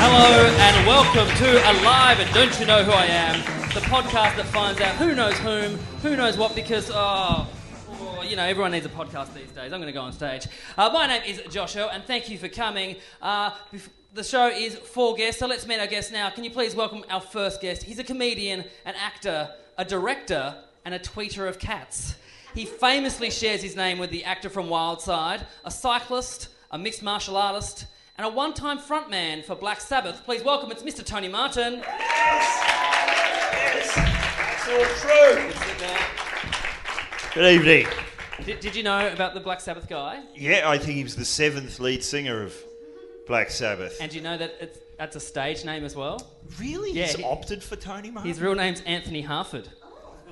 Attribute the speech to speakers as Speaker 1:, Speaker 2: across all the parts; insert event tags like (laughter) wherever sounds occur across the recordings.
Speaker 1: Hello and welcome to Alive and Don't You Know Who I Am, the podcast that finds out who knows whom, who knows what, because, oh, oh, you know, everyone needs a podcast these days. I'm going to go on stage. Uh, my name is Josh Hill, and thank you for coming. Uh, bef- the show is for guests, so let's meet our guest now. Can you please welcome our first guest? He's a comedian, an actor, a director, and a tweeter of cats. He famously shares his name with the actor from Wildside, a cyclist, a mixed martial artist, and a one time frontman for Black Sabbath. Please welcome, it's Mr. Tony Martin. Sit there.
Speaker 2: Good evening.
Speaker 1: Did, did you know about the Black Sabbath guy?
Speaker 2: Yeah, I think he was the seventh lead singer of Black Sabbath.
Speaker 1: And do you know that it's, that's a stage name as well?
Speaker 2: really?
Speaker 1: Yeah,
Speaker 2: he's
Speaker 1: he-
Speaker 2: opted for Tony Martin?
Speaker 1: His real name's Anthony Harford.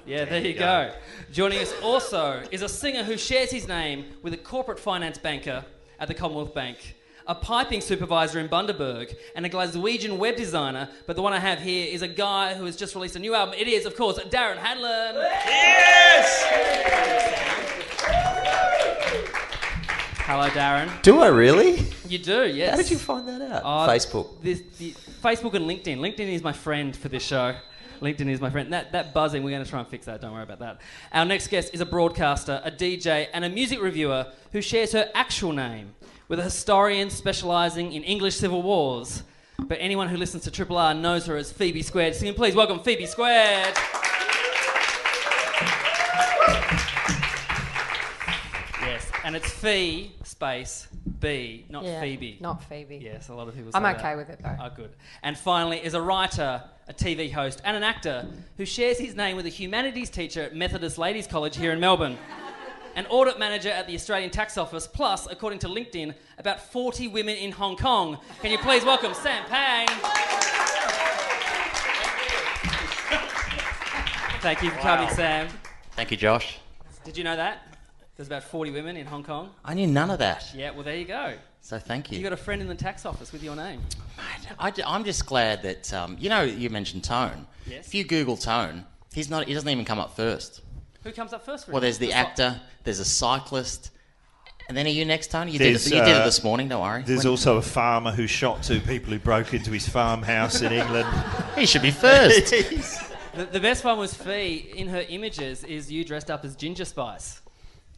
Speaker 1: Yeah, Oh. there you
Speaker 2: go.
Speaker 1: go. Joining us also is a singer who shares his name with a corporate finance banker at the Commonwealth Bank, a piping supervisor in Bundaberg, and a Glaswegian web designer. But the one I have here is a guy who has just released a new album. It is, of course, Darren Hadland.
Speaker 2: yes!
Speaker 1: Hello, Darren.
Speaker 3: Do I really?
Speaker 1: You do, yes.
Speaker 3: How did you find that out?
Speaker 1: Uh,
Speaker 3: Facebook.
Speaker 1: This, the, Facebook and LinkedIn. LinkedIn is my friend for this show. LinkedIn is my friend. That, that buzzing, we're going to try and fix that. Don't worry about that. Our next guest is a broadcaster, a DJ, and a music reviewer who shares her actual name with a historian specialising in English civil wars. But anyone who listens to Triple R knows her as Phoebe Squared. So can you please welcome Phoebe Squared. yes, and it's Fee space B, not
Speaker 4: Yeah,
Speaker 1: Phoebe.
Speaker 4: Not Phoebe.
Speaker 1: Yes, a lot of people.
Speaker 4: I'm
Speaker 1: say
Speaker 4: okay
Speaker 1: that.
Speaker 4: with it, though.
Speaker 1: Oh, good. And finally, is a writer, a TV host, and an actor who shares his name with a humanities teacher at Methodist Ladies College here in
Speaker 4: (laughs)
Speaker 1: Melbourne, an audit manager at the Australian Tax Office, plus, according to LinkedIn, about 40 women in Hong Kong. Can you please welcome Sam Pang? Thank you for coming, Sam.
Speaker 3: Thank you, Josh.
Speaker 1: Did you know that? There's about 40 women in Hong Kong.
Speaker 3: I knew none of that.
Speaker 1: Yeah, well, there you go.
Speaker 3: So thank
Speaker 1: You
Speaker 3: you.
Speaker 1: got a friend in the tax office with your name.
Speaker 3: I, am just glad that um, you know you mentioned Tone.
Speaker 1: Yes.
Speaker 3: If you Google Tone, he's not. He doesn't even come up first.
Speaker 1: Who comes up first? For
Speaker 3: Well,
Speaker 1: you?
Speaker 3: there's the
Speaker 1: Just like-
Speaker 3: actor. There's a cyclist. And then are you next, Tony? You,
Speaker 2: There's,
Speaker 3: did, it, you did
Speaker 2: uh,
Speaker 3: it this morning. Don't worry.
Speaker 2: There's
Speaker 3: When-
Speaker 2: also a farmer who shot two people who broke into his farmhouse in England.
Speaker 3: he should
Speaker 2: (laughs)
Speaker 3: be first.
Speaker 1: The, the best one was Fee in her images is you dressed up as Ginger Spice.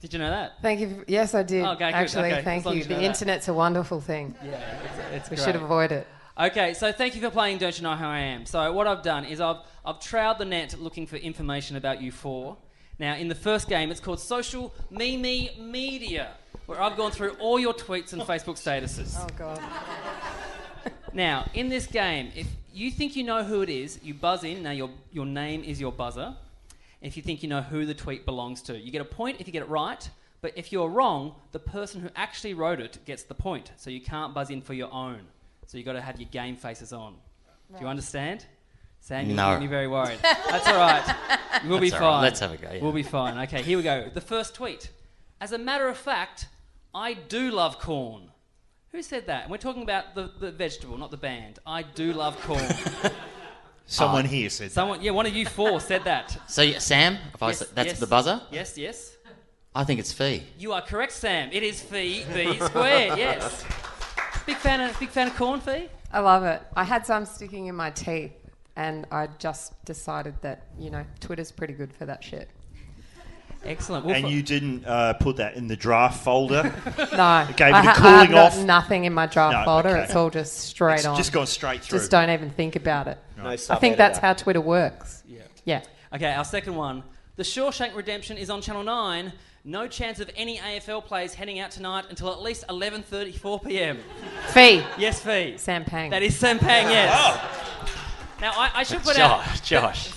Speaker 1: Did you know that?
Speaker 4: Thank you. Yes, I did.
Speaker 1: Okay, good,
Speaker 4: Actually,
Speaker 1: okay, as
Speaker 4: thank
Speaker 1: long
Speaker 4: you.
Speaker 1: as you know
Speaker 4: The
Speaker 1: that.
Speaker 4: internet's a wonderful thing.
Speaker 1: Yeah, it's, it's
Speaker 4: We should avoid it.
Speaker 1: Okay, so thank you for playing Don't You Know Who I Am. So what I've done is I've I've trailed the net looking for information about you four. Now in the first game it's called Social Meme Media, where I've gone through all your tweets and Facebook statuses.
Speaker 4: Oh God.
Speaker 1: Now, in this game, if you think you know who it is, you buzz in. Now, your, your name is your buzzer. If you think you know who the tweet belongs to, you get a point if you get it right. But if you're wrong, the person who actually wrote it gets the point. So you can't buzz in for your own. So you've got to have your game faces on. Do you understand? Sam, you're
Speaker 3: No.
Speaker 1: making me very worried. That's all right. We'll be
Speaker 3: That's
Speaker 1: fine.
Speaker 3: all right. Let's have a go, yeah.
Speaker 1: We'll be fine. Okay, here we go. The first tweet. As a matter of fact, I do love corn. Who said that? And we're talking about the, the vegetable, not the band. I do love
Speaker 3: (laughs)
Speaker 1: corn.
Speaker 2: Someone here said that.
Speaker 1: Someone, yeah, one of you four said that.
Speaker 3: so yeah, Sam, if I
Speaker 1: Yes,
Speaker 3: was, that's
Speaker 1: yes.
Speaker 3: the buzzer.
Speaker 1: Yes, yes.
Speaker 3: I think it's Fee.
Speaker 1: You are correct, Sam. It is Fee B
Speaker 3: (laughs)
Speaker 1: squared. Yes. Big fan of big fan of corn, Fee.
Speaker 4: I love it. I had some sticking in my teeth, and I just decided that you know Twitter's pretty good for that shit.
Speaker 1: Excellent. Well,
Speaker 2: And
Speaker 1: for-
Speaker 2: you didn't uh, put that in the draft folder.
Speaker 4: No.
Speaker 2: It gave it a
Speaker 4: I, ha- I have
Speaker 2: cooling
Speaker 4: not-
Speaker 2: off.
Speaker 4: nothing in my draft
Speaker 2: No,
Speaker 4: folder.
Speaker 2: okay.
Speaker 4: It's all just straight
Speaker 2: it's
Speaker 4: on.
Speaker 2: just gone straight through.
Speaker 4: Just don't even think about it.
Speaker 5: No
Speaker 4: I think that's how Twitter works. Yeah. Yeah.
Speaker 1: Okay, our second one. The Shawshank Redemption is on Channel 9. No chance of any AFL plays heading out tonight until at least 11.34pm.
Speaker 4: Fee.
Speaker 1: Yes, Fee.
Speaker 4: Sam Pang.
Speaker 1: That is Sam Pang, yes. Now, I, I should put out.
Speaker 3: Josh, Josh,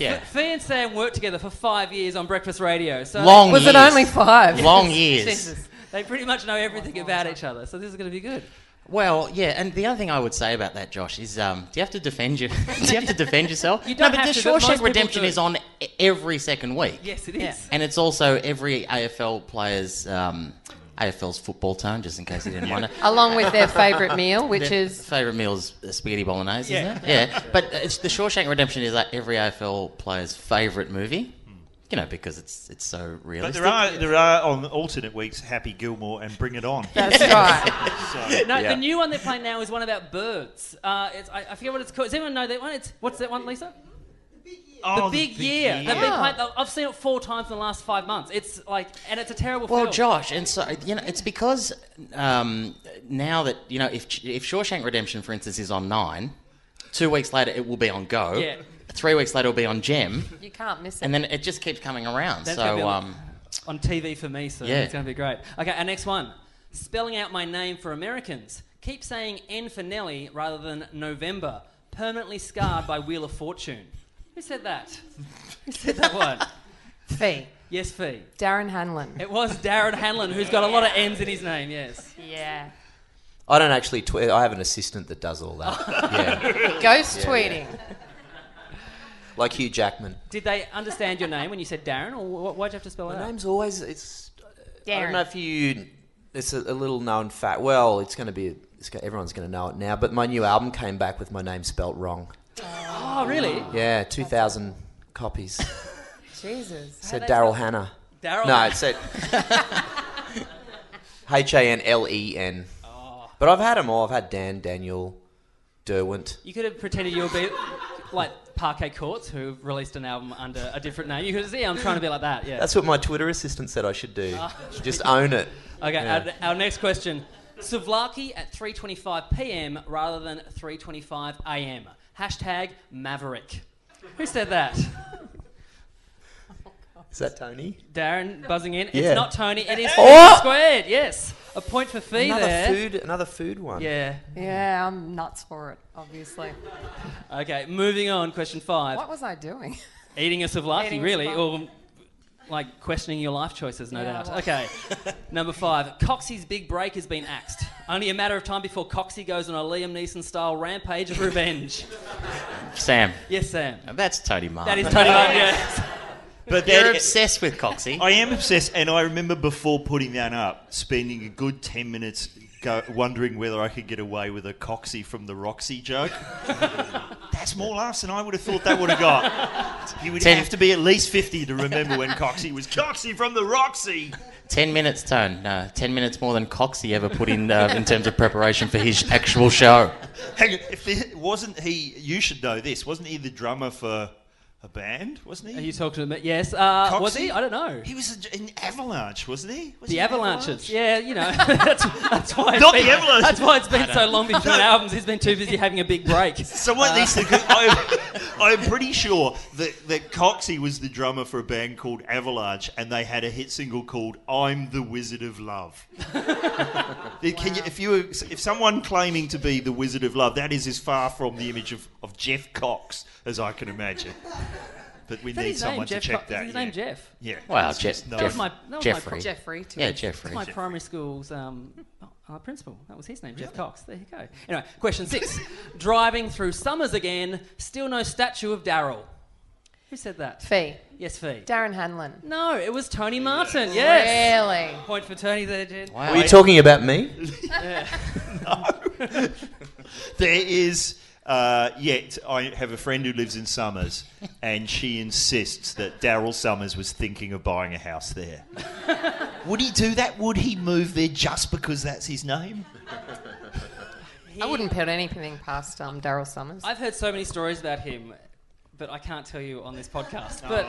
Speaker 1: (laughs)
Speaker 3: yeah.
Speaker 1: Fee and Sam worked together for five years on breakfast radio. So
Speaker 3: Long
Speaker 4: Was it
Speaker 3: years.
Speaker 4: only five?
Speaker 3: Long years.
Speaker 4: (laughs) Jesus.
Speaker 1: They pretty much know everything about each other. So this is going to be good.
Speaker 3: Well, yeah, and the other thing I would say about that, Josh, is um, do you (laughs) have to defend your, do you have to defend yourself?
Speaker 1: (laughs) You don't
Speaker 3: no, but
Speaker 1: have
Speaker 3: the
Speaker 1: to, but most
Speaker 3: Shawshank
Speaker 1: people
Speaker 3: Redemption
Speaker 1: do.
Speaker 3: is on e- every second week.
Speaker 1: Yes, it is.
Speaker 3: And it's also every AFL player's um, AFL's football tone, just in case you didn't
Speaker 1: (laughs)
Speaker 3: want to.
Speaker 4: Along with their favourite meal, which is
Speaker 3: Favorite meal's spaghetti bolognese,
Speaker 2: Yeah.
Speaker 3: isn't it? Yeah. But it's, the Shawshank Redemption is like every AFL player's favorite movie.
Speaker 1: Hmm.
Speaker 3: You know, because it's it's so
Speaker 2: But
Speaker 3: realistic.
Speaker 2: there are there are on alternate weeks Happy Gilmore and Bring It On.
Speaker 4: that's right.
Speaker 1: No,
Speaker 3: Yeah.
Speaker 1: the new one they're playing now is one about birds. Uh, it's, I, I forget what it's called. Does anyone know that one? It's what's that one, Lisa?
Speaker 2: Oh,
Speaker 1: the Big Year. They've been
Speaker 4: Yeah.
Speaker 1: playing, I've seen it four times in the last five months. It's like, and it's a terrible
Speaker 3: Well,
Speaker 1: film.
Speaker 3: Josh, and so you know, it's because um, now that you know, if if Shawshank Redemption, for instance, is on Nine, two weeks later it will be on Go.
Speaker 1: Yeah.
Speaker 3: Three weeks later it'll be on Gem,
Speaker 4: You can't miss it. (laughs)
Speaker 3: and then it just keeps coming around.
Speaker 1: That's gonna be
Speaker 3: so
Speaker 1: a-
Speaker 3: um,
Speaker 1: on TV for me, so
Speaker 3: Yeah.
Speaker 1: it's going to be great. Okay, our next one. Spelling out my name for Americans. Keep saying N for Nelly rather than November. Permanently scarred by Wheel of Fortune. Who said that? Who said that one?
Speaker 3: (laughs)
Speaker 4: Fee.
Speaker 1: Yes, Fee.
Speaker 4: Darren Hanlon.
Speaker 1: It was Darren Hanlon, who's got a lot of N's in his name, yes.
Speaker 4: Yeah.
Speaker 5: I don't actually tweet. I have an assistant that does all that.
Speaker 1: (laughs)
Speaker 5: yeah,
Speaker 4: Ghost tweeting.
Speaker 5: like Hugh Jackman.
Speaker 1: Did they understand your name when you said Darren, or wh- why'd you have to spell it
Speaker 5: My
Speaker 1: out?
Speaker 5: name's always it's. I
Speaker 4: Darren.
Speaker 5: don't know if you. It's a, a little known fact. Well, it's going to be. It's go- everyone's going to know it now. But my new album came back with my name spelt wrong.
Speaker 1: Oh, really?
Speaker 5: Yeah, two thousand copies.
Speaker 4: Jesus.
Speaker 5: Said Daryl Hannah.
Speaker 1: Daryl
Speaker 5: No,
Speaker 1: Hannah.
Speaker 5: it
Speaker 1: (laughs)
Speaker 5: said H A N L E N.
Speaker 1: Oh.
Speaker 5: But I've had them all. I've had Dan, Daniel, Derwent.
Speaker 1: You could have pretended you were be like Parquet Courts, who released an album under a different name. You could see I'm trying to be like that, yeah.
Speaker 5: That's what my Twitter assistant said I should do.
Speaker 1: Oh.
Speaker 5: Should just own it.
Speaker 1: Okay,
Speaker 5: Yeah.
Speaker 1: our, our next question. Savlaki at 3.25 p.m. rather than 3.25 a.m. Hashtag Maverick. Who said that?
Speaker 5: Is that Tony?
Speaker 1: Darren buzzing in.
Speaker 5: Yeah.
Speaker 1: It's not Tony. It is
Speaker 5: Oh!
Speaker 1: squared. Yes. A point for Fee
Speaker 5: Another
Speaker 1: there.
Speaker 5: food. Another food one.
Speaker 1: Yeah.
Speaker 4: Yeah, I'm nuts for it, obviously.
Speaker 1: Okay, moving on. Question five.
Speaker 4: What was I doing?
Speaker 1: Eating a Savlaki,
Speaker 4: Eating a
Speaker 1: really?
Speaker 4: souvlaki.
Speaker 1: Or like questioning your life choices, no
Speaker 4: Yeah,
Speaker 1: doubt.
Speaker 4: well.
Speaker 1: Okay. (laughs) Number five. Coxie's big break has been axed. Only a matter of time before Coxie goes on a Liam Neeson style rampage of revenge.
Speaker 3: Sam,
Speaker 1: yes, Sam.
Speaker 3: that's Tony Martin.
Speaker 1: (laughs) That is totally right, yes.
Speaker 2: But
Speaker 3: You're
Speaker 2: that,
Speaker 3: obsessed with Coxie.
Speaker 2: I am obsessed, and I remember before putting that up, spending a good ten minutes go, wondering whether I could get away with a Coxie from the Roxy (laughs) joke. That's more laughs than I would have thought they would have got. (laughs) You would
Speaker 3: Ten-
Speaker 2: have to be at least fifty to remember when Coxie was Coxie from the Roxy.
Speaker 3: Ten minutes, Tone. No, ten minutes more than Coxie ever put in uh, in terms of preparation for his actual show.
Speaker 2: Hang on, if it wasn't he, you should know this. Wasn't he the drummer for a band? Wasn't he?
Speaker 1: Are you talking to me? Yes. Uh, was
Speaker 2: Coxie?
Speaker 1: he? I don't know.
Speaker 2: He was in Avalanche, wasn't he? Was
Speaker 1: The
Speaker 2: he in
Speaker 1: Avalanches. Yeah, you know. (laughs) that's, that's why. it's
Speaker 2: Not
Speaker 1: been-
Speaker 2: the Avalanche.
Speaker 1: That's why it's been so long
Speaker 2: (laughs)
Speaker 1: between albums. He's been too busy having a big break.
Speaker 2: Someone needs to.
Speaker 1: Uh.
Speaker 2: I'm, I'm pretty sure that, that Coxie was the drummer for a band called Avalanche, and they had a hit single called "I'm the Wizard of
Speaker 1: (laughs)
Speaker 2: Love." Can you, if you were, if someone claiming to be the Wizard of Love, that is as far from the image of, of Jeff Cox as I can imagine. But we
Speaker 1: Is that
Speaker 2: need
Speaker 1: his name?
Speaker 2: someone to
Speaker 1: Jeff
Speaker 2: check
Speaker 1: Cox-
Speaker 2: that.
Speaker 1: Is his
Speaker 2: yeah.
Speaker 1: name Jeff?
Speaker 2: Yeah.
Speaker 3: Wow,
Speaker 2: It's
Speaker 3: Jeff-
Speaker 2: just no-
Speaker 1: That was my, that was
Speaker 3: Jeffrey.
Speaker 1: My, pro-
Speaker 4: Jeffrey to
Speaker 3: Yeah,
Speaker 4: it.
Speaker 3: Jeffrey.
Speaker 1: my primary school's um, uh, principal. That was his name, Jeff Cox. There you go. Anyway, question
Speaker 2: (laughs)
Speaker 1: six. Driving through summers again, still no statue of Daryl. Who said that?
Speaker 4: Fee.
Speaker 1: Yes, Fee.
Speaker 4: Darren Hanlon.
Speaker 1: no, it was Tony Martin. Yes.
Speaker 4: Really?
Speaker 1: Point for Tony there, Jen.
Speaker 5: Were you talking about (laughs) me?
Speaker 2: There is. Uh, yet I have a friend who lives in Summers, and she insists that Daryl Summers was thinking of buying a house there. Would he do that? Would he move there just because that's his name?
Speaker 4: I wouldn't put anything past um, Daryl Summers.
Speaker 1: I've heard so many stories about him, but I can't tell you on this (laughs) podcast. But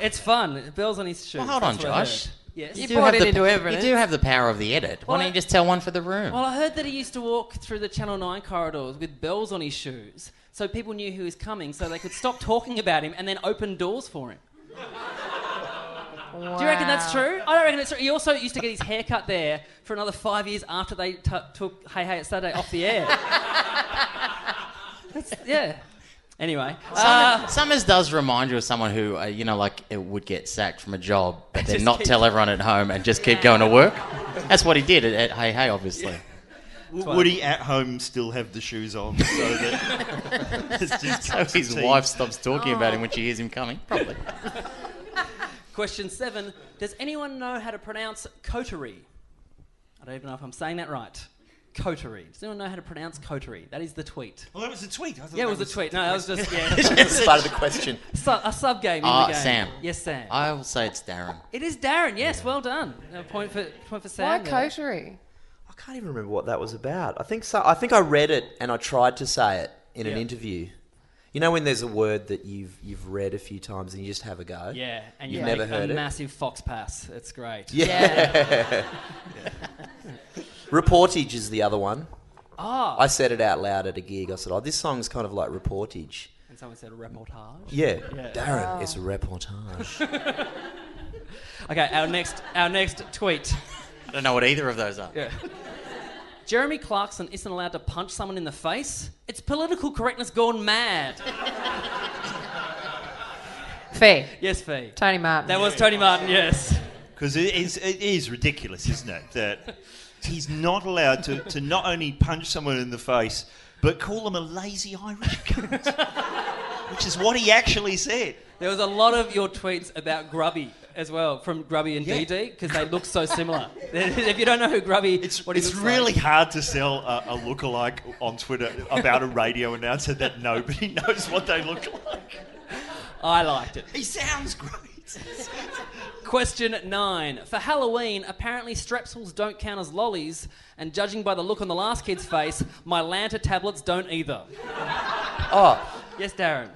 Speaker 1: it's fun. Bells on his shoes.
Speaker 3: Well, hold on,
Speaker 1: That's what I heard.
Speaker 3: Josh.
Speaker 1: Yes.
Speaker 4: You brought
Speaker 3: have
Speaker 4: it
Speaker 3: the,
Speaker 4: into
Speaker 3: you
Speaker 4: evidence.
Speaker 3: do have the power of the edit. Why
Speaker 1: Well,
Speaker 3: don't you
Speaker 1: I-
Speaker 3: just tell one for the room?
Speaker 1: Well, I heard that he used to walk through the Channel 9 corridors with bells on his shoes so people knew he was coming so they could (laughs) stop talking about him and then open doors for him. Do you reckon that's true? I don't reckon it's true. He also used to get his hair cut there for another five years after they
Speaker 3: (laughs)
Speaker 1: t- took Hey Hey It's Saturday off the air. That's- yeah. Anyway,
Speaker 3: Summers,
Speaker 1: uh,
Speaker 3: Summers does remind you of someone who, uh, you know, like it would get sacked from a job, but then
Speaker 1: Just
Speaker 3: not
Speaker 1: keep-
Speaker 3: tell everyone at home and just keep going to work. That's what he did at, at Hey Hey, (laughs) obviously.
Speaker 2: W- Would he at home still have the shoes on so that
Speaker 1: (laughs)
Speaker 2: it's just
Speaker 3: So his
Speaker 2: tea.
Speaker 3: wife stops talking about him when she hears him coming. Oh. Probably.
Speaker 1: question seven. Does anyone know how to pronounce coterie? I don't even know if I'm saying that right. Coterie. Does anyone know how to pronounce coterie? That is the tweet.
Speaker 2: Well, that was a tweet. I thought
Speaker 1: Yeah, it
Speaker 2: that
Speaker 1: was a tweet. No, that was (laughs) just yeah,
Speaker 5: That's part of the question.
Speaker 1: su- a sub game in
Speaker 3: Ah,
Speaker 1: the game.
Speaker 3: Sam.
Speaker 1: Yes, Sam.
Speaker 5: Ah.
Speaker 3: I will say it's Darren.
Speaker 1: it is Darren. Yes, well done. A point for point for
Speaker 4: Why
Speaker 1: Sam. there.
Speaker 4: koshery?
Speaker 5: I can't even remember what that was about. I think so. I think I read it and I tried to say it in an
Speaker 1: Yeah.
Speaker 5: interview. You know when there's a word that you've you've read a few times and you just have a go.
Speaker 1: Yeah, and you
Speaker 5: You've
Speaker 1: make
Speaker 5: never heard
Speaker 1: a
Speaker 5: it?
Speaker 1: massive fox pass. It's great.
Speaker 5: Yeah. (laughs) reportage is the other one.
Speaker 1: Ah.
Speaker 5: I said it out loud at a gig. I said, "Oh, this song's kind of like reportage."
Speaker 1: And someone said reportage.
Speaker 5: Yeah,
Speaker 1: Yeah. Oh.
Speaker 5: Darren, it's a reportage. (laughs)
Speaker 1: Okay, our next our next tweet.
Speaker 3: I don't know what either of those are.
Speaker 1: Jeremy Clarkson isn't allowed to punch someone in the face. It's political correctness gone mad.
Speaker 4: Fee.
Speaker 1: Yes, Fee.
Speaker 4: Tony Martin.
Speaker 1: That was Tony Martin, yes.
Speaker 2: Because it is, it is ridiculous, isn't it?
Speaker 1: (laughs)
Speaker 2: That he's not allowed to, to not only punch someone in the face, but call them a lazy Irish cunt.
Speaker 1: (laughs)
Speaker 2: which is what he actually said.
Speaker 1: There was a lot of your tweets about Grubby as well, from Grubby and DD, because they look so similar. (laughs) if you don't know who Grubby
Speaker 2: It's,
Speaker 1: what he
Speaker 2: it's
Speaker 1: looks
Speaker 2: really
Speaker 1: like.
Speaker 2: hard to sell a, a lookalike on Twitter about a radio announcer that nobody (laughs) knows what they look like.
Speaker 1: I liked it.
Speaker 2: He sounds great.
Speaker 1: Question nine. For Halloween, apparently strepsils don't count as lollies, and judging by the look on the last kid's face, my Lanta tablets don't
Speaker 2: (laughs)
Speaker 1: either.
Speaker 5: oh,
Speaker 1: Yes, Darren.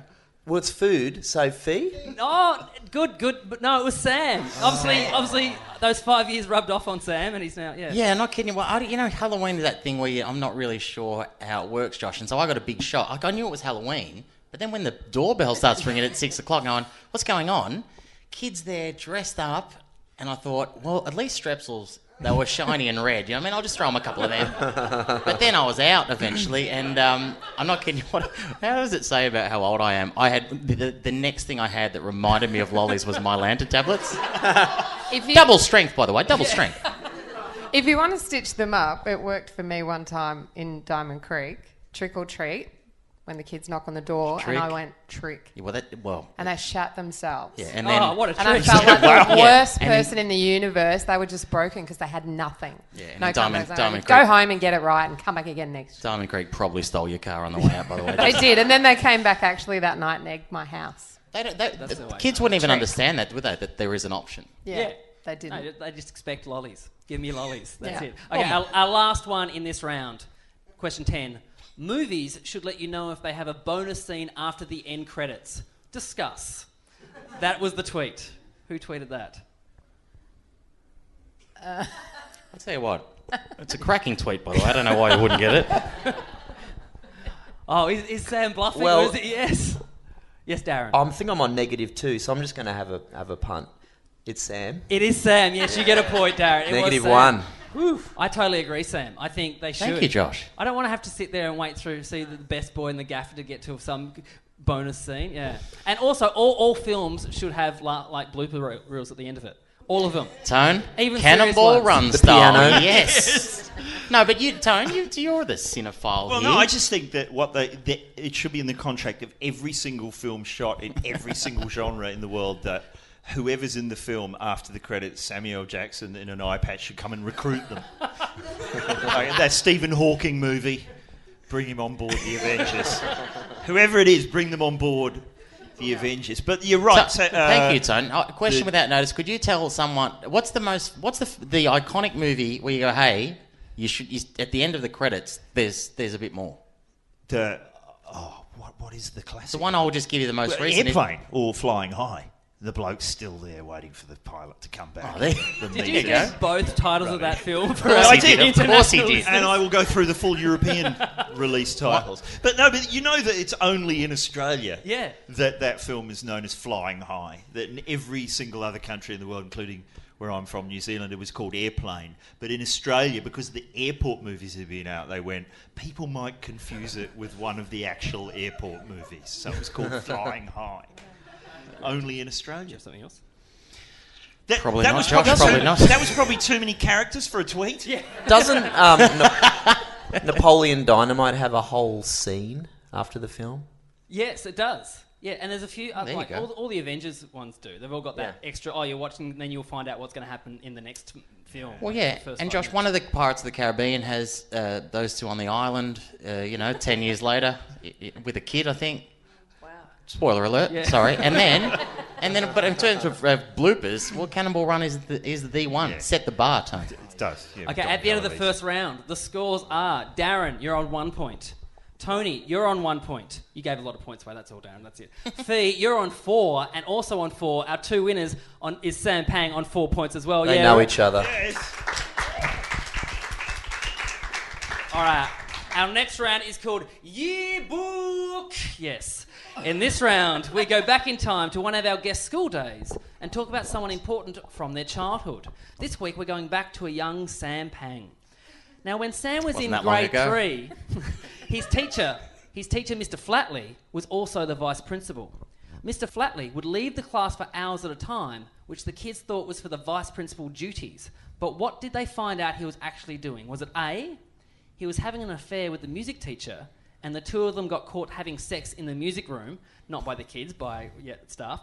Speaker 5: well, it's food. So fee.
Speaker 1: Oh, good, good. But no, it was Sam. Obviously,
Speaker 2: Oh.
Speaker 1: obviously, those five years rubbed off on Sam, and he's now yeah.
Speaker 3: Yeah, not kidding. Well, I, you know, Halloween is that thing where you, I'm not really sure how it works, Josh. And so I got a big shock. Like, I knew it was Halloween, but then when the doorbell starts ringing at six o'clock, going, "What's going on?" Kids there dressed up, and I thought, well, at least Strepsils they were shiny and red. You know, what I mean, I'll just throw them a couple of them. But then I was out eventually, and um, I'm not kidding. (laughs) you, What? How does it say about how old I am? I had the, the, the next thing I had that reminded me of lollies was my lantern tablets.
Speaker 4: if you,
Speaker 3: Double strength, by the way. Double strength.
Speaker 4: If you want to stitch them up, it worked for me one time in Diamond Creek. Trick or treat, when the kids knock on the door, and I
Speaker 3: Trick.
Speaker 4: went trick,
Speaker 3: Yeah, well, that well.
Speaker 4: and they shat themselves.
Speaker 3: Yeah, and then
Speaker 1: Oh, what a
Speaker 4: And I
Speaker 1: trick!
Speaker 4: felt
Speaker 3: (laughs)
Speaker 4: like the
Speaker 3: Yeah.
Speaker 4: worst
Speaker 3: And then-
Speaker 4: person in the universe. They were just broken because they had nothing.
Speaker 3: Yeah, and
Speaker 4: no
Speaker 3: then Diamond-
Speaker 4: comebacks.
Speaker 3: Diamond
Speaker 4: Go
Speaker 3: Creek-
Speaker 4: home and get it right, and come back again next.
Speaker 3: Diamond Creek probably stole your car on the way out, by
Speaker 1: (laughs)
Speaker 3: the way.
Speaker 4: They did, and then they came back actually that night and egged my house.
Speaker 3: They don't, they, the
Speaker 1: the way.
Speaker 3: kids wouldn't even understand that, would they? That there is an option.
Speaker 4: Yeah,
Speaker 1: Yeah.
Speaker 4: they
Speaker 1: No,
Speaker 4: didn't.
Speaker 1: ju- they just expect lollies. Give me lollies. That's
Speaker 4: Yeah.
Speaker 1: it. Okay, our, our last one in this round. Question 10. Movies should let you know if they have a bonus scene after the end credits. Discuss. That was the tweet. Who tweeted that?
Speaker 3: I'll tell you (laughs) what. It's a cracking tweet, by the way. I don't know why you wouldn't get it.
Speaker 1: Oh, is, is Sam bluffing?
Speaker 5: Well-
Speaker 1: or is it yes? Yes, Darren.
Speaker 5: I'm think I'm on negative two, so I'm just going to have a have a punt. It's Sam.
Speaker 1: it is Sam. Yes, you get a point, Darren. It was
Speaker 5: Negative
Speaker 1: Sam.
Speaker 5: one.
Speaker 1: Whew. I totally agree, Sam. I think they should.
Speaker 3: Thank you, Josh.
Speaker 1: I don't want to have to sit there and wait through see the best boy and the gaffer to get to some bonus scene. Yeah, and also all, all films should have la- like blooper re- reels at the end of it. All of them.
Speaker 3: Tone,
Speaker 1: Even
Speaker 3: cannonball
Speaker 1: serious ones.
Speaker 3: run
Speaker 5: The
Speaker 3: style.
Speaker 5: piano.
Speaker 3: Yes. no, but you, Tone, you, you're the cinephile
Speaker 2: Well,
Speaker 3: here.
Speaker 2: no, I just think that what they that it should be in the contract of every single film shot in every single genre in the world that whoever's in the film after the credits, Samuel Jackson in an eye patch should come and recruit them. like that Stephen Hawking movie, bring him on board the Avengers. Whoever it is, bring them on board the Avengers. But you're
Speaker 3: So-
Speaker 2: right. so, uh,
Speaker 3: thank you, Tone. Uh, question
Speaker 2: the-
Speaker 3: without notice. Could you tell someone what's the most, what's the f- the iconic movie where you go, hey, you should you, at the end of the credits, there's there's a bit more.
Speaker 2: The, oh, what, what is the classic?
Speaker 3: The one I will just give you the most recent.
Speaker 2: Airplane or Flying High. The bloke's still there waiting for the pilot to come back.
Speaker 3: Oh, there-
Speaker 2: The
Speaker 1: Did
Speaker 2: meat
Speaker 1: you
Speaker 2: is-
Speaker 1: see both titles of that film? For
Speaker 3: course
Speaker 1: our
Speaker 2: he did,
Speaker 3: of course he
Speaker 1: international
Speaker 3: did.
Speaker 1: listeners?
Speaker 2: and I will go through the full
Speaker 3: (laughs)
Speaker 2: European release titles. But no, but you know that it's only in Australia
Speaker 1: Yeah.
Speaker 2: that that film is known as Flying High. That in every single other country in the world, including where I'm from, New Zealand, it was called Airplane. But in Australia, because the airport movies had been out, they went, people might confuse it with one of the actual airport movies. So it was called
Speaker 3: (laughs)
Speaker 2: Flying High. Only in
Speaker 1: (laughs)
Speaker 2: Australia.
Speaker 1: Something else.
Speaker 2: That,
Speaker 3: Probably
Speaker 2: that
Speaker 3: not,
Speaker 2: was
Speaker 3: Josh,
Speaker 2: probably
Speaker 3: probably
Speaker 2: too,
Speaker 3: not.
Speaker 2: (laughs) That was probably too many characters for a tweet. Yeah.
Speaker 5: Doesn't um, Na- Napoleon Dynamite have a whole scene after the film?
Speaker 1: Yes, it does. Yeah, and there's a few. Uh,
Speaker 3: There you
Speaker 1: like,
Speaker 3: go.
Speaker 1: all, all the Avengers ones do. They've all got that extra. Oh, you're watching, then you'll find out what's going to happen in the next m- film.
Speaker 3: Well, yeah,
Speaker 1: First
Speaker 3: and
Speaker 1: five
Speaker 3: Josh,
Speaker 1: minutes.
Speaker 3: one of the Pirates of the Caribbean has uh, those two on the island. Uh, you know, ten years later, i- i- with a kid, I think. Spoiler alert.
Speaker 1: Yeah.
Speaker 3: Sorry.
Speaker 1: (laughs)
Speaker 3: And then, and then, but in terms of uh, bloopers, well, Cannonball Run is the, is the one.
Speaker 2: Yeah.
Speaker 3: Set the bar, Tony.
Speaker 2: It does. yeah,
Speaker 1: Okay,
Speaker 2: Don
Speaker 1: at the end of the
Speaker 2: Galloway's.
Speaker 1: first round, the scores are Darren, you're on one point. Tony, you're on one point. You gave a lot of points away. That's all, Darren. That's
Speaker 3: (laughs)
Speaker 1: it. Fee, you're on four, and also on four. Our two winners on is Sam Pang on four points as well.
Speaker 5: They
Speaker 1: yeah,
Speaker 5: know each other.
Speaker 1: All right. Our next round is called Yearbook. Yes. In this round, we go back in time to one of our guest school days and talk about someone important from their childhood. This week, we're going back to a young Sam Pang. Now, when Sam was
Speaker 3: Wasn't
Speaker 1: in
Speaker 3: that long
Speaker 1: grade
Speaker 3: ago. (laughs)
Speaker 1: three, (laughs) his teacher, his teacher, Mr. Flatley, was also the vice principal. Mr. Flatley would leave the class for hours at a time, which the kids thought was for the vice principal duties. But what did they find out he was actually doing? Was it A, he was having an affair with the music teacher, and the two of them got caught having sex in the music room, not by the kids, by yeah, staff.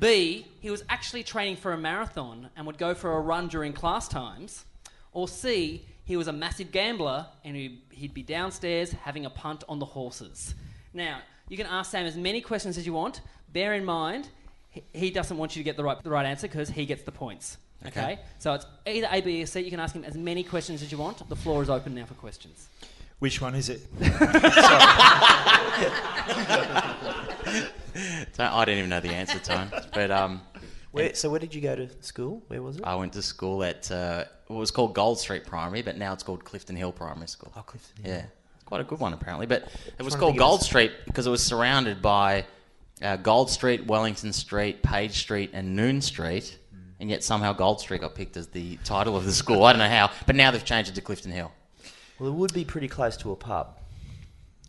Speaker 1: B, he was actually training for a marathon and would go for a run during class times. Or C, he was a massive gambler and he- he'd be downstairs having a punt on the horses. Now, you can ask Sam as many questions as you want. Bear in mind, he- he doesn't want you to get the right, the right answer because he gets the points. Okay.
Speaker 3: Okay.
Speaker 1: So it's either A, B, or C. You can ask him as many questions as you want. The floor is open now for questions.
Speaker 2: Which one is it?
Speaker 3: So I didn't even know the answer, (laughs) Tony. But um,
Speaker 5: Where, so where did you go to school? Where was it?
Speaker 3: I went to school at uh, what was called Gold Street Primary, but now it's called Clifton Hill Primary School.
Speaker 5: Oh, Clifton.
Speaker 3: Yeah, it's quite a good one apparently. But it was
Speaker 5: to
Speaker 3: called
Speaker 5: think it was-
Speaker 3: Gold Street because it was surrounded by uh, Gold Street, Wellington Street, Page Street, and Noon Street,
Speaker 5: Hmm.
Speaker 3: and yet somehow Gold Street got picked as the title of the school. I don't know how, but now they've changed it to Clifton Hill.
Speaker 5: Well, it would be pretty close to a pub.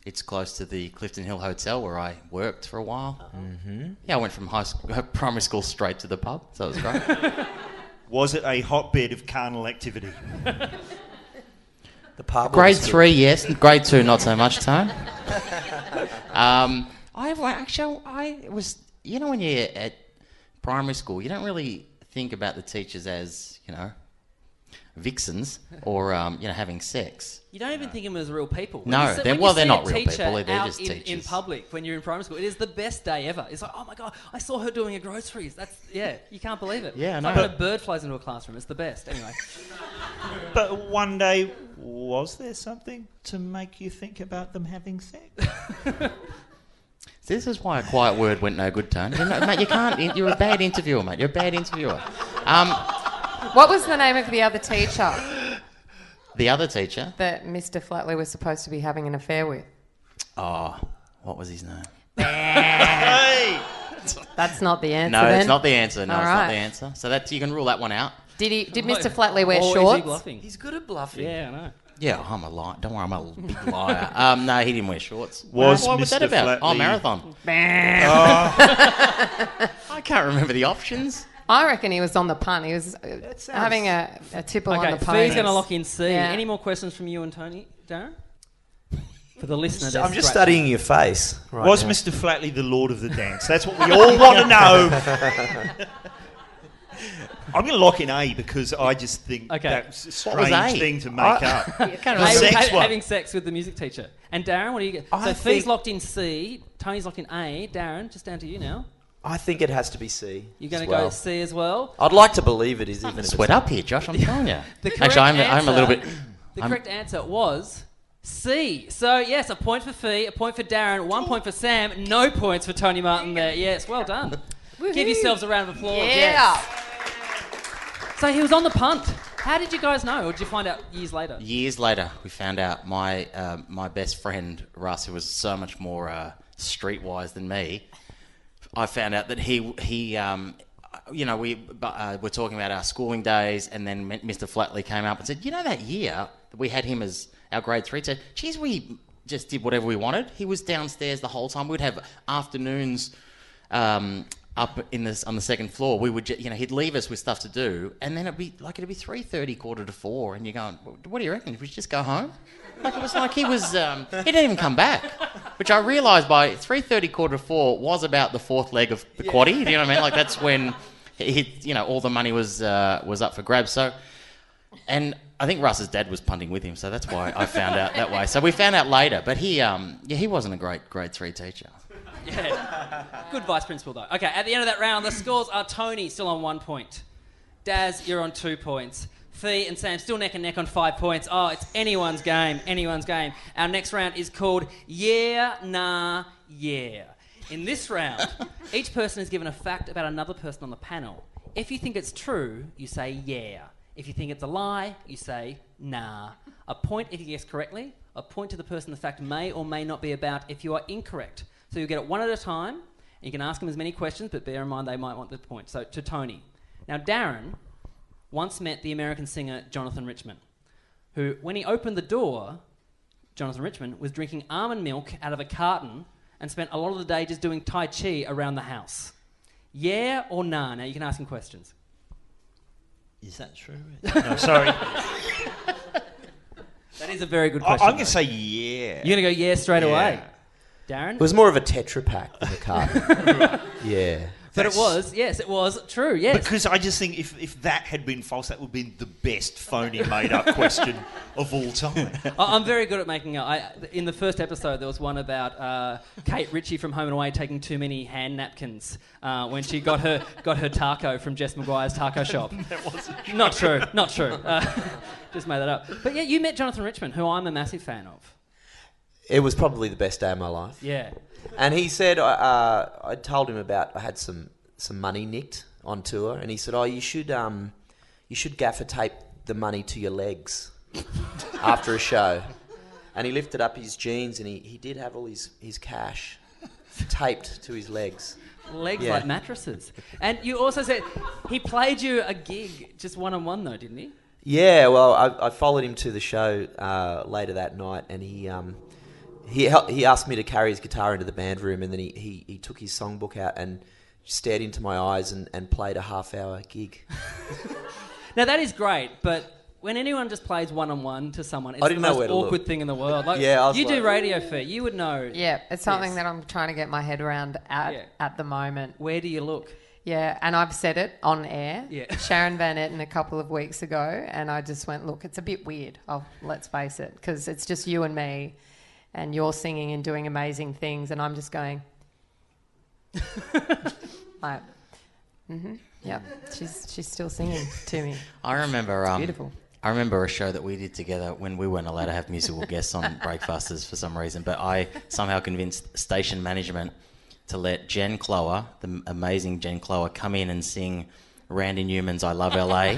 Speaker 3: It's close to the Clifton Hill Hotel where I worked for a while.
Speaker 5: Uh-huh.
Speaker 3: Mm-hmm. Yeah, I went from high school, (laughs) primary school straight to the pub, so it
Speaker 5: (laughs)
Speaker 3: was great.
Speaker 2: (laughs) Was it a hotbed of carnal activity?
Speaker 5: The pub. or
Speaker 3: Grade
Speaker 5: the school?
Speaker 3: three, yes. Grade two, not so much, (laughs) Tone. um, I well, actually, I was. You know, when you're at primary school, you don't really think about the teachers as you know vixens or um, you know having sex.
Speaker 1: You don't even think of them as real people.
Speaker 3: No,
Speaker 1: you see-
Speaker 3: they're-
Speaker 1: when you
Speaker 3: well, they're
Speaker 1: see
Speaker 3: not
Speaker 1: a
Speaker 3: real
Speaker 1: teacher
Speaker 3: people, they're
Speaker 1: out
Speaker 3: just
Speaker 1: in, in
Speaker 3: teachers.
Speaker 1: public when you're in primary school. It is the best day ever. It's like, oh my god, I saw her doing her groceries. That's yeah, you can't believe it.
Speaker 3: Yeah, I
Speaker 1: It's
Speaker 3: know.
Speaker 1: Like when a bird flies into a classroom, it's the best.
Speaker 4: (laughs)
Speaker 1: Anyway,
Speaker 2: (laughs) but one day, was there something to make you think about them having sex?
Speaker 3: See, this is why a quiet word went no good, Tone. You know, mate, you can't. You're a bad interviewer, mate. You're a bad interviewer. Um,
Speaker 4: What was the name of the other teacher
Speaker 3: the other teacher.
Speaker 4: that Mr. Flatley was supposed to be having an affair with?
Speaker 3: Oh, what was his name?
Speaker 2: (laughs) hey!
Speaker 4: That's not the answer.
Speaker 3: No, it's
Speaker 4: then.
Speaker 3: not the answer. No,
Speaker 4: All
Speaker 3: it's not
Speaker 4: right.
Speaker 3: the answer. So that's you can rule that one out.
Speaker 4: Did he? Did Mr. Flatley wear
Speaker 1: or oh, is he
Speaker 4: shorts?
Speaker 1: bluffing?
Speaker 5: He's good at bluffing.
Speaker 1: Yeah, I know.
Speaker 3: Yeah, oh, I'm a liar. Don't worry, I'm a (laughs) big liar. Um, no, he didn't wear shorts.
Speaker 2: Was
Speaker 3: what was that
Speaker 2: Mr.
Speaker 3: about? Oh,
Speaker 2: Flatley-
Speaker 3: marathon. Oh. I can't remember the options.
Speaker 4: I reckon he was on the punt. He was uh,
Speaker 5: sounds-
Speaker 4: having a, a tipple
Speaker 1: Okay,
Speaker 4: on the
Speaker 1: Fee's
Speaker 4: ponies.
Speaker 1: going to lock in C.
Speaker 4: Yeah.
Speaker 1: Any more questions from you and Tony, Darren? For the listener,
Speaker 5: I'm
Speaker 1: they're
Speaker 5: just
Speaker 1: scratching.
Speaker 5: studying your face. Right
Speaker 2: Was
Speaker 5: now.
Speaker 2: Mr. Flatley the Lord of the Dance? That's what (laughs) we all want to know. I'm going to lock in A because I just think
Speaker 1: Okay.
Speaker 2: that's a
Speaker 3: was
Speaker 2: strange
Speaker 3: A?
Speaker 2: thing to make up.
Speaker 3: Can't
Speaker 2: The
Speaker 1: (laughs) Having-
Speaker 3: remember.
Speaker 2: sex
Speaker 1: ha-
Speaker 2: one.
Speaker 1: having sex with the music teacher. And Darren, what do you get?
Speaker 5: I
Speaker 1: so Fee's
Speaker 5: think-
Speaker 1: locked in C. Tony's locked in A. Darren, just down to you now.
Speaker 5: I think it has to be C.
Speaker 1: You're going
Speaker 5: as
Speaker 1: to
Speaker 5: well.
Speaker 1: go C as well.
Speaker 5: I'd like to believe it is even.
Speaker 3: I'm
Speaker 5: if it's-
Speaker 3: sweat up here, Josh. I'm telling you.
Speaker 1: The correct
Speaker 3: Actually, I'm, I'm a little bit.
Speaker 1: answer- The
Speaker 3: I'm-
Speaker 1: correct answer was C. So yes, a point for Fee, a point for Darren, one point for Sam, no points for Tony Martin. There, yes, well done. Give
Speaker 4: Woohoo.
Speaker 1: yourselves a round of applause.
Speaker 4: Yeah.
Speaker 1: So he was on the punt. How did you guys know? Or did you find out years later?
Speaker 3: Years later, we found out my uh, my best friend Russ, who was so much more uh, streetwise than me, I found out that he he um, you know we bu- uh, were talking about our schooling days, and then M- Mr. Flatley came up and said, you know that year that we had him as our grade three teacher, geez, we just did whatever we wanted. He was downstairs the whole time. We'd have afternoons um, up in this on the second floor, we would ju- you know he'd leave us with stuff to do, and then it'd be like it'd be three thirty, quarter to four, and you're going, "Wh- what do you reckon? Did we just go home? Like it was like he was um, he didn't even come back, which I realised by three thirty, quarter to four was about the fourth leg of the quaddy. Do you know what I mean? Like that's when he you know all the money was uh, was up for grabs. So and I think Russ's dad was punting with him, so that's why I found out that way. So we found out later, but he um, yeah he wasn't a great grade three teacher.
Speaker 1: Good vice principal, though. Okay, at the end of that round, the scores are Tony still on one point. Daz, you're on two points. Fee and Sam still neck and neck on five points. Oh, it's anyone's game, anyone's game. Our next round is called Yeah, Nah, Yeah. In this round, each person is given a fact about another person on the panel. If you think it's true, you say yeah. If you think it's a lie, you say nah. A point if you guess correctly, a point to the person the fact may or may not be about if you are incorrect. So you get it one at a time, and you can ask them as many questions, but bear in mind they might want the point. So to Tony. Now, Darren once met the American singer Jonathan Richman, who, when he opened the door, Jonathan Richman was drinking almond milk out of a carton and spent a lot of the day just doing Tai Chi around the house. Yeah or nah? Now you can ask him questions.
Speaker 2: Is that true?
Speaker 1: (laughs)
Speaker 2: no, sorry. I,
Speaker 1: That is a very good
Speaker 2: I'm
Speaker 1: question.
Speaker 2: going
Speaker 1: though.
Speaker 2: to say yeah.
Speaker 1: You're going to go yeah straight
Speaker 2: Yeah.
Speaker 1: away. Darren?
Speaker 6: It was more of a Tetra Pak than a carton.
Speaker 5: (laughs)
Speaker 6: yeah.
Speaker 1: but it
Speaker 2: That's-
Speaker 1: was, yes, it was true, yes.
Speaker 2: Because I just think if, if that had been false, that would have been the best phony made up question of all time.
Speaker 1: I- I'm very good at making up. I, in the first episode, there was one about uh, Kate Ritchie from Home and Away taking too many hand napkins uh, when she got her got her taco from Jess McGuire's taco shop. that wasn't not true. Not true. Uh, (laughs) just made that up. But yeah, you met Jonathan Richmond, who I'm a massive fan of.
Speaker 6: It was probably the best day of my life.
Speaker 1: Yeah.
Speaker 6: And he said, I- uh, I told him about I had some some money nicked on tour, and he said, "Oh, you should um, you should gaffer tape the money to your legs after a show." And he lifted up his jeans, and he, he did have all his his cash taped to his legs.
Speaker 1: Legs
Speaker 6: Yeah.
Speaker 1: like mattresses. And you also said he played you a gig just one on one, though, didn't he?
Speaker 6: Yeah, well, I, I followed him to the show uh, later that night, and he um, he hel- he asked me to carry his guitar into the band room, and then he, he, he took his songbook out and stared into my eyes and, and played a half hour
Speaker 4: (laughs)
Speaker 6: gig.
Speaker 1: Now, that is great, but. When anyone just plays one on one to someone, it's
Speaker 6: didn't
Speaker 1: the
Speaker 6: know
Speaker 1: most
Speaker 6: where to look.
Speaker 1: awkward thing in the world. Like,
Speaker 6: Yeah, I was
Speaker 1: you do
Speaker 6: like-
Speaker 1: radio fair, you would know.
Speaker 4: Yeah, it's something
Speaker 1: Yes.
Speaker 4: that I'm trying to get my head around at,
Speaker 1: Yeah.
Speaker 4: at the moment.
Speaker 1: Where do you look?
Speaker 4: Yeah, and I've said it on air.
Speaker 1: Yeah. (laughs)
Speaker 4: Sharon Van Etten a couple of weeks ago, and I just went, look, it's a bit weird. Oh, let's face it, because it's just you and me, and you're singing and doing amazing things, and I'm
Speaker 1: (laughs)
Speaker 4: just going, like, mm-hmm, yeah, she's she's still singing to me.
Speaker 3: I remember. Um,
Speaker 4: beautiful.
Speaker 3: I remember a show that we did together when we weren't allowed to have musical guests on
Speaker 4: (laughs)
Speaker 3: Breakfasters for some reason, but I somehow convinced station management to let Jen Clower, the m- amazing Jen Clower, come in and sing Randy Newman's "I Love
Speaker 4: (laughs)
Speaker 3: LA,"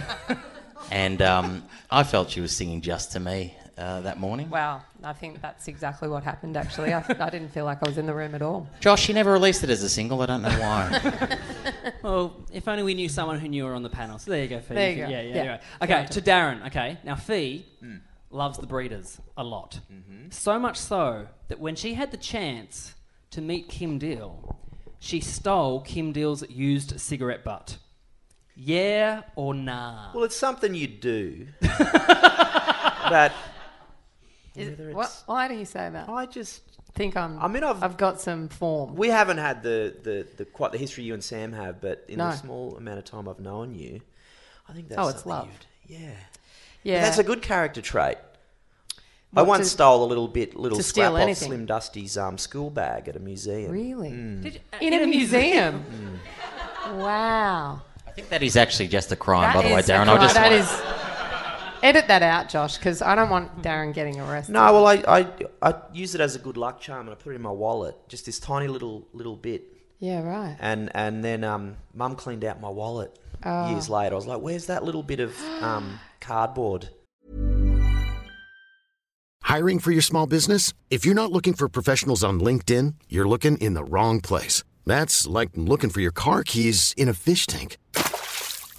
Speaker 3: and um, I felt she was singing just to me uh, that morning.
Speaker 4: Wow, I think that's exactly what happened. Actually, I, I didn't feel like I was in the room at all.
Speaker 3: Josh, she never released it as a single. I don't know
Speaker 4: (laughs)
Speaker 3: why.
Speaker 1: Well, if only we knew someone who knew her on the panel. So there you go, Fee.
Speaker 4: There you
Speaker 1: can-
Speaker 4: go.
Speaker 1: Yeah, yeah,
Speaker 4: Yeah.
Speaker 1: you're right. Okay, to Darren. Okay, now Fee
Speaker 4: Hmm.
Speaker 1: loves the Breeders a lot.
Speaker 4: Mm-hmm.
Speaker 1: So much so that when she had the chance to meet Kim Deal, she stole Kim Deal's used cigarette butt. Yeah or nah?
Speaker 6: Well, it's something
Speaker 4: (laughs)
Speaker 6: you do. but
Speaker 4: Is,
Speaker 6: Whether
Speaker 4: what,
Speaker 6: it's-
Speaker 4: why do you say that? I
Speaker 6: I just
Speaker 4: think I'm.
Speaker 6: I mean, I've-
Speaker 4: I've got some form.
Speaker 6: we haven't had the, the, the quite the history you and Sam have, but in
Speaker 4: No.
Speaker 6: the small amount of time I've known you, I think that's
Speaker 4: Oh, it's
Speaker 6: something you've-
Speaker 4: loved.
Speaker 6: Yeah.
Speaker 4: yeah,
Speaker 6: That's a good character trait. I
Speaker 4: What,
Speaker 6: once
Speaker 4: to-
Speaker 6: stole a little bit, little
Speaker 4: to
Speaker 6: scrap
Speaker 4: steal
Speaker 6: off
Speaker 4: anything?
Speaker 6: Slim Dusty's um, school bag at a museum.
Speaker 4: really
Speaker 3: Mm.
Speaker 1: Did you- uh,
Speaker 4: in, a, museum. Wow.
Speaker 3: I think that is actually just a crime,
Speaker 4: That
Speaker 3: Mm. by the way,
Speaker 4: is a
Speaker 3: Darren. I
Speaker 4: crime.
Speaker 3: just
Speaker 4: that is. Edit that out, Josh, because I don't want Darren getting arrested.
Speaker 6: No, well, I, I I use it as a good luck charm, and I put it in my wallet. Just this tiny little little bit.
Speaker 3: (laughs)
Speaker 4: Yeah, right.
Speaker 5: and and then um, mum cleaned out my wallet
Speaker 4: Oh.
Speaker 5: years later. I was like, "Where's that little bit
Speaker 4: (gasps)
Speaker 5: of um, cardboard?"
Speaker 7: Hiring for your small business? If you're not looking for professionals on LinkedIn, you're looking in the wrong place. That's like looking for your car keys in a fish tank.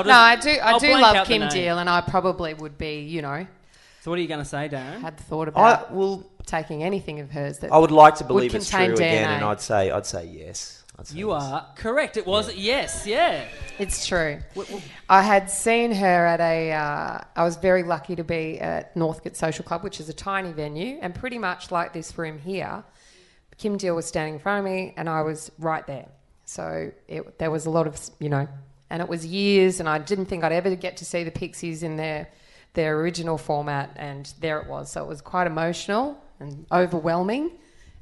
Speaker 1: just-
Speaker 4: no, I do. I
Speaker 1: I'll
Speaker 4: do
Speaker 1: blank
Speaker 4: love
Speaker 1: out the
Speaker 4: Kim
Speaker 1: name.
Speaker 4: Deal, and I probably would be. You know,
Speaker 1: So what are you going to say, Darren?
Speaker 4: had thought about
Speaker 5: I well,
Speaker 4: taking anything of hers that
Speaker 5: I would like to believe it's true
Speaker 4: contain
Speaker 5: again,
Speaker 4: DNA.
Speaker 5: and I'd say I'd say yes. I'd say
Speaker 1: You
Speaker 5: yes.
Speaker 1: are correct. It was yes, yeah.
Speaker 4: It's true. I had seen her at a. Uh, I was very lucky to be at Northcote Social Club, which is a tiny venue and pretty much like this room here. Kim Deal was standing in front of me, and I was right there. So it, there was a lot of you know, and it was years, and I didn't think I'd ever get to see the Pixies in their their original format, and there it was. So it was quite emotional and overwhelming.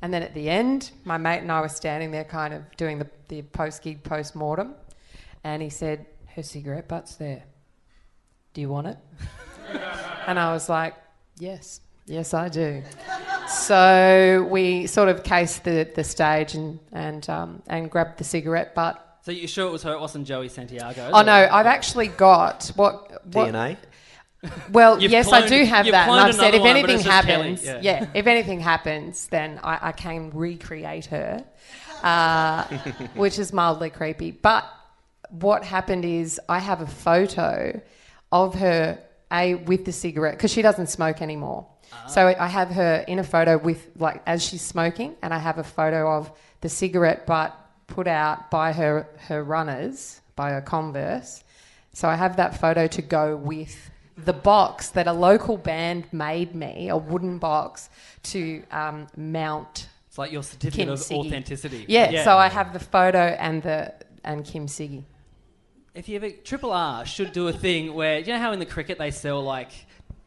Speaker 4: And then at the end, my mate and I were standing there, kind of doing the, the post gig post mortem. And he said, Her cigarette butt's there. Do you want it? (laughs) and I was like, Yes, yes, I do. so we sort of cased the, the stage and, and, um, and grabbed the cigarette butt.
Speaker 1: So you sure it was her? It wasn't Joey Santiago?
Speaker 4: Oh no! I've actually got what, what
Speaker 5: DNA.
Speaker 4: Well,
Speaker 1: You've
Speaker 4: yes, I
Speaker 1: cloned-
Speaker 4: do have
Speaker 1: you've
Speaker 4: that, and
Speaker 1: cloned
Speaker 4: I've said
Speaker 1: another
Speaker 4: if
Speaker 1: one, but
Speaker 4: anything
Speaker 1: it's just Kelly,
Speaker 4: happens,
Speaker 1: yeah.
Speaker 4: yeah. if anything happens, then I, I can recreate her, uh, (laughs) which is mildly creepy. But what happened is I have a photo of her a with the cigarette because she doesn't smoke anymore. So I have her in a photo with like as she's smoking, and I have a photo of the cigarette butt put out by her her runners by her Converse. So I have that photo to go with the box that a local band made me, a wooden box to um, mount
Speaker 1: It's like your certificate
Speaker 4: Kim
Speaker 1: of
Speaker 4: Siggy.
Speaker 1: authenticity.
Speaker 4: Yeah, so I have the photo and the and Kim Siggy.
Speaker 1: If you ever Triple R should do a thing where you know how in the cricket they sell like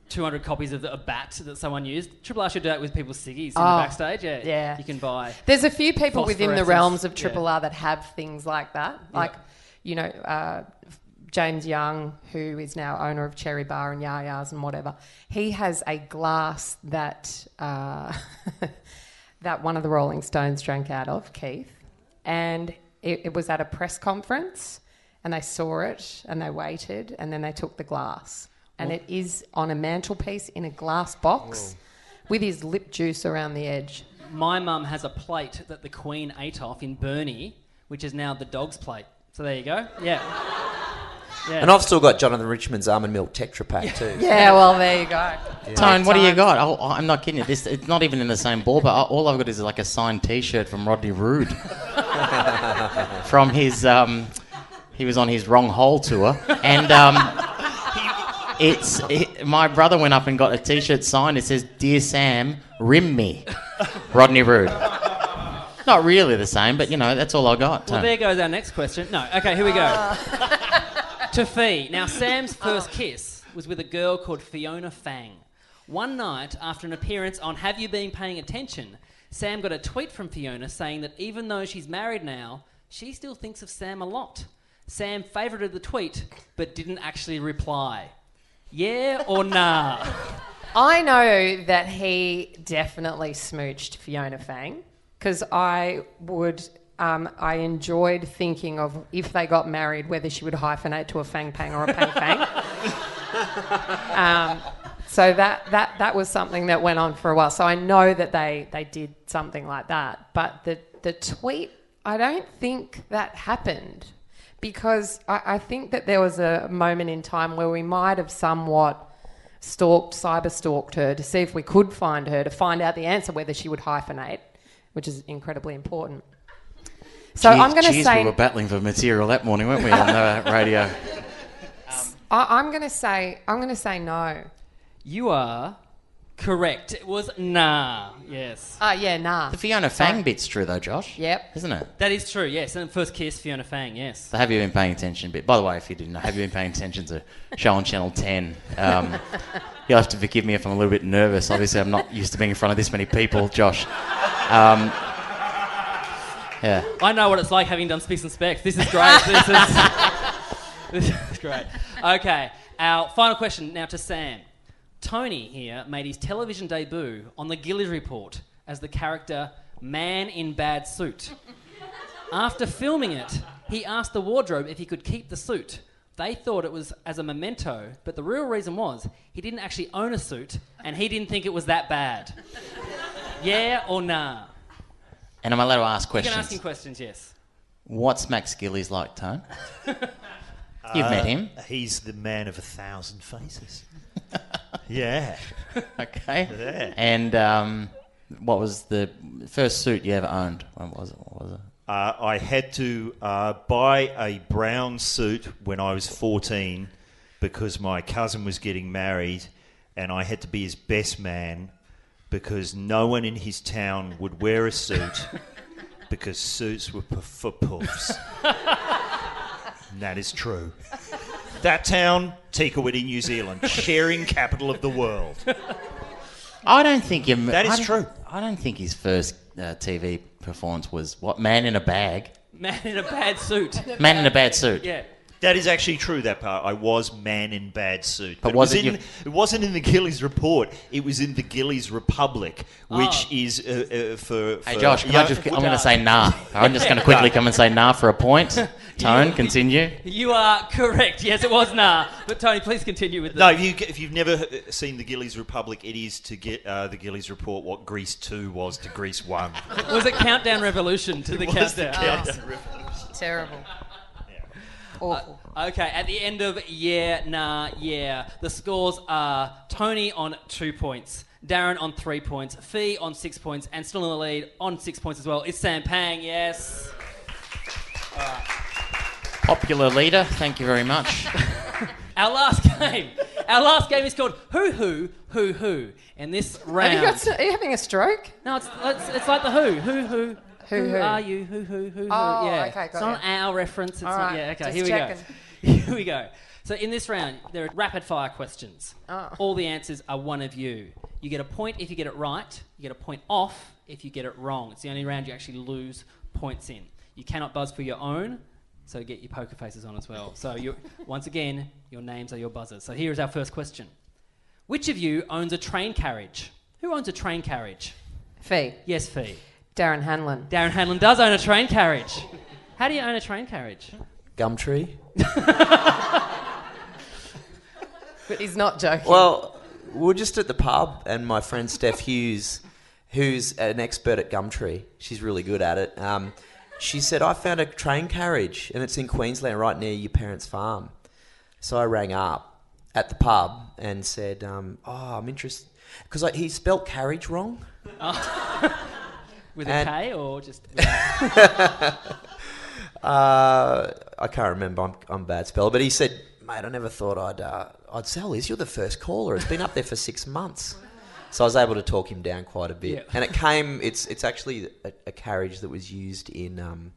Speaker 1: 200 copies of the, a bat that someone used. Triple R should do that with people's ciggies in
Speaker 4: Oh,
Speaker 1: the backstage. Yeah,
Speaker 4: yeah.
Speaker 1: You can buy.
Speaker 4: There's a few people within the
Speaker 1: Phosphorescence,
Speaker 4: realms of
Speaker 1: yeah.
Speaker 4: Triple R that have things like that. Like, you know, uh, James Young, who is now owner of Cherry Bar and Yaya's and whatever, he has a glass that uh, (laughs) that one of the Rolling Stones drank out of, Keith, and it, it was at a press conference, and they saw it and they waited, and then they took the glass, and it is on a mantelpiece in a glass box. With his lip juice around the edge.
Speaker 1: My mum has a plate that the Queen ate off in Burnie, which is now the dog's plate. So there you go.
Speaker 4: (laughs)
Speaker 1: Yeah.
Speaker 5: And I've still got Jonathan Richmond's almond milk tetra pack too.
Speaker 4: Yeah, well, there you go.
Speaker 3: Tone, what do you got? Oh, I'm not kidding. you. This it's not even in the same ball, but all I've got is like a signed T-shirt from Rodney Rood from his. Um, he was on his wrong hole tour, and um, it's it, my brother went up and got a T-shirt signed. It says, "Dear Sam, rim me, Rodney Rood." Not really the same, but you know that's all I got.
Speaker 1: Well,
Speaker 3: Tone.
Speaker 1: there goes our next question. No. Okay, here we go. (laughs) to Fee. Now, Sam's first kiss was with a girl called Fiona Fang. One night, after an appearance on Have You Been Paying Attention, Sam got a tweet from Fiona saying that even though she's married now, she still thinks of Sam a lot. Sam favorited the tweet, but didn't actually reply. Yeah or nah?
Speaker 4: I know that he definitely smooched Fiona Fang because I would. Um, I enjoyed thinking of if they got married, whether she would hyphenate to a Fang Pang or a Pang Fang. um, so that, that, that was something that went on for a while. So I know that they, they did something like that. But the, the tweet, I don't think that happened because I, I think that there was a moment in time where we might have somewhat stalked, cyber stalked her to see if we could find her to find out the answer whether she would hyphenate, which is incredibly important. So
Speaker 3: Jeez-
Speaker 4: I'm going to
Speaker 3: jeez,
Speaker 4: say
Speaker 3: we were battling for material that morning, weren't we, on the radio?
Speaker 4: I, I'm going to say I'm going to say no.
Speaker 1: You are Correct. It was nah. Yes.
Speaker 4: Ah, yeah, nah.
Speaker 3: The (laughs) Fiona Fang bit's true though, Josh.
Speaker 4: Yep.
Speaker 3: Isn't it?
Speaker 1: That is true. Yes. And first kiss, Fiona Fang. Yes.
Speaker 3: So have you been paying attention? But by the way, if you didn't, know, have you been paying attention to show on Channel Ten? Um, (laughs) you'll have to forgive me if I'm a little bit nervous. Obviously, I'm not used to being in front of this many people, Josh. Um, yeah.
Speaker 1: I know what it's like having done Specs and Specs. This is great. this is this is (laughs) great. Okay. Our final question now to Sam. Tony here made his television debut on The Gillies Report as the character Man in Bad Suit. After filming it, he asked the wardrobe if he could keep the suit. They thought it was as a memento, but the real reason was he didn't actually own a suit and he didn't think it was that bad. yeah or nah?
Speaker 3: And am I allowed to ask
Speaker 1: You
Speaker 3: questions?
Speaker 1: can ask him questions, yes.
Speaker 3: What's Max Gillies
Speaker 2: (laughs)
Speaker 3: like, Tone? You've
Speaker 2: Uh,
Speaker 3: met him.
Speaker 2: He's the man of a thousand faces. (laughs) yeah.
Speaker 3: Okay.
Speaker 2: Yeah.
Speaker 3: And um, what was the first suit you ever owned? What was it? What was it?
Speaker 2: Uh, I had to uh, buy a brown suit when I was 14 because my cousin was getting married and I had to be his best man because no one in his town would wear a suit because suits were p- for poofs. and that is true. That town, Tikawiti, New Zealand, sharing capital of the world.
Speaker 3: I don't think you.
Speaker 2: That is
Speaker 3: I don't-
Speaker 2: true.
Speaker 3: I don't think his first uh, TV performance was what man in a bag,
Speaker 1: Man in a bad suit.
Speaker 3: man in a bad suit.
Speaker 1: Yeah.
Speaker 2: That is actually true. That part, I was man in bad suit,
Speaker 3: But
Speaker 2: it
Speaker 3: was
Speaker 2: was
Speaker 3: it
Speaker 2: in,
Speaker 3: your-
Speaker 2: it wasn't in the Gillies report. It was in the Gillies Republic, which
Speaker 1: Oh.
Speaker 2: is uh, uh, for, for
Speaker 3: Hey Josh, can
Speaker 2: yeah,
Speaker 3: I just, I'm
Speaker 1: would
Speaker 3: going
Speaker 1: I-
Speaker 3: to say nah. I'm just going to quickly come and say nah for
Speaker 1: (laughs)
Speaker 3: a point. Tone, continue.
Speaker 1: You are correct. Yes, it was nah. But Tony, please continue with the.
Speaker 2: No, if, you, if you've never uh, seen the Gillies Republic, it is to get uh, the Gillies report what Greece Two was to Greece One.
Speaker 1: Was it Countdown Revolution to (laughs) the
Speaker 2: Was the
Speaker 1: Countdown? Ah,
Speaker 2: Countdown Revolution.
Speaker 4: Terrible. Awful.
Speaker 1: Okay, at the end of yeah, nah, yeah, the scores are Tony on two points, Darren on three points, Fee on six points, and still in the lead on six points as well is Sam Pang, yes.
Speaker 3: Popular leader, thank you very
Speaker 4: (laughs)
Speaker 3: much.
Speaker 1: Our last (laughs) game. Our last game is called Who Who Who Who. And this
Speaker 4: Have
Speaker 1: round
Speaker 4: you got, are you having a stroke?
Speaker 1: No, it's, it's it's like the Who. Who Who
Speaker 4: Who, who?
Speaker 1: are you? Who Who Who Who
Speaker 4: Oh,
Speaker 1: yeah.
Speaker 4: okay, got
Speaker 1: it's not
Speaker 4: you.
Speaker 1: our reference. It's not
Speaker 4: All right,
Speaker 1: yeah, okay,
Speaker 4: just
Speaker 1: here we
Speaker 4: checking.
Speaker 1: go. (laughs) Here we go. So in this round, there are rapid fire questions.
Speaker 4: Oh.
Speaker 1: All the answers are one of you. You get a point if you get it right, you get a point off if you get it wrong. It's the only round you actually lose points in. You cannot buzz for your own. So get your poker faces on as well. So you (laughs) once again, your names are your buzzers. So here is our first question. Which of you owns a train carriage? Who owns a train carriage?
Speaker 4: Fee.
Speaker 1: Yes, Fee.
Speaker 4: Darren Hanlon.
Speaker 1: Darren Hanlon does own a train carriage. How do you own a train carriage?
Speaker 6: Gumtree.
Speaker 4: But he's not joking.
Speaker 6: Well, we are just at the pub, and my friend Steph Hughes, who's an expert at Gumtree, she's really good at it. Um, she said, I found a train carriage, and it's in Queensland, right near your parents' farm. So I rang up at the pub and said, um, Oh, I'm interested. Because like, he spelt carriage wrong.
Speaker 1: With a K
Speaker 6: And-
Speaker 1: or just. without-
Speaker 6: Uh, I can't remember. I'm, I'm a bad speller. But he said, mate, I never thought I'd, uh, I'd sell this. You're the first caller. It's been up there for six months. So I was able to talk him down quite a bit.
Speaker 1: Yeah.
Speaker 6: And it came, it's, it's actually a, a carriage that was used in um,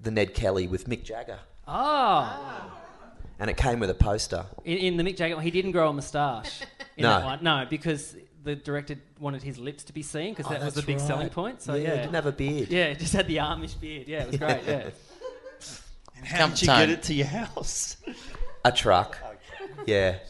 Speaker 6: the Ned Kelly with Mick Jagger.
Speaker 1: oh,
Speaker 6: And it came with a poster.
Speaker 1: in, in the Mick Jagger one, he didn't grow a moustache. In
Speaker 6: No.
Speaker 1: That one. No, because the director wanted his lips to be seen
Speaker 6: Oh,
Speaker 1: because that was the big selling point. So yeah.
Speaker 6: he didn't have a beard.
Speaker 1: yeah, he just had the Amish beard. Yeah, it was great.
Speaker 6: (laughs)
Speaker 1: Yeah.
Speaker 2: How did you
Speaker 3: Tone.
Speaker 2: get it to your house?
Speaker 6: A truck. Yeah.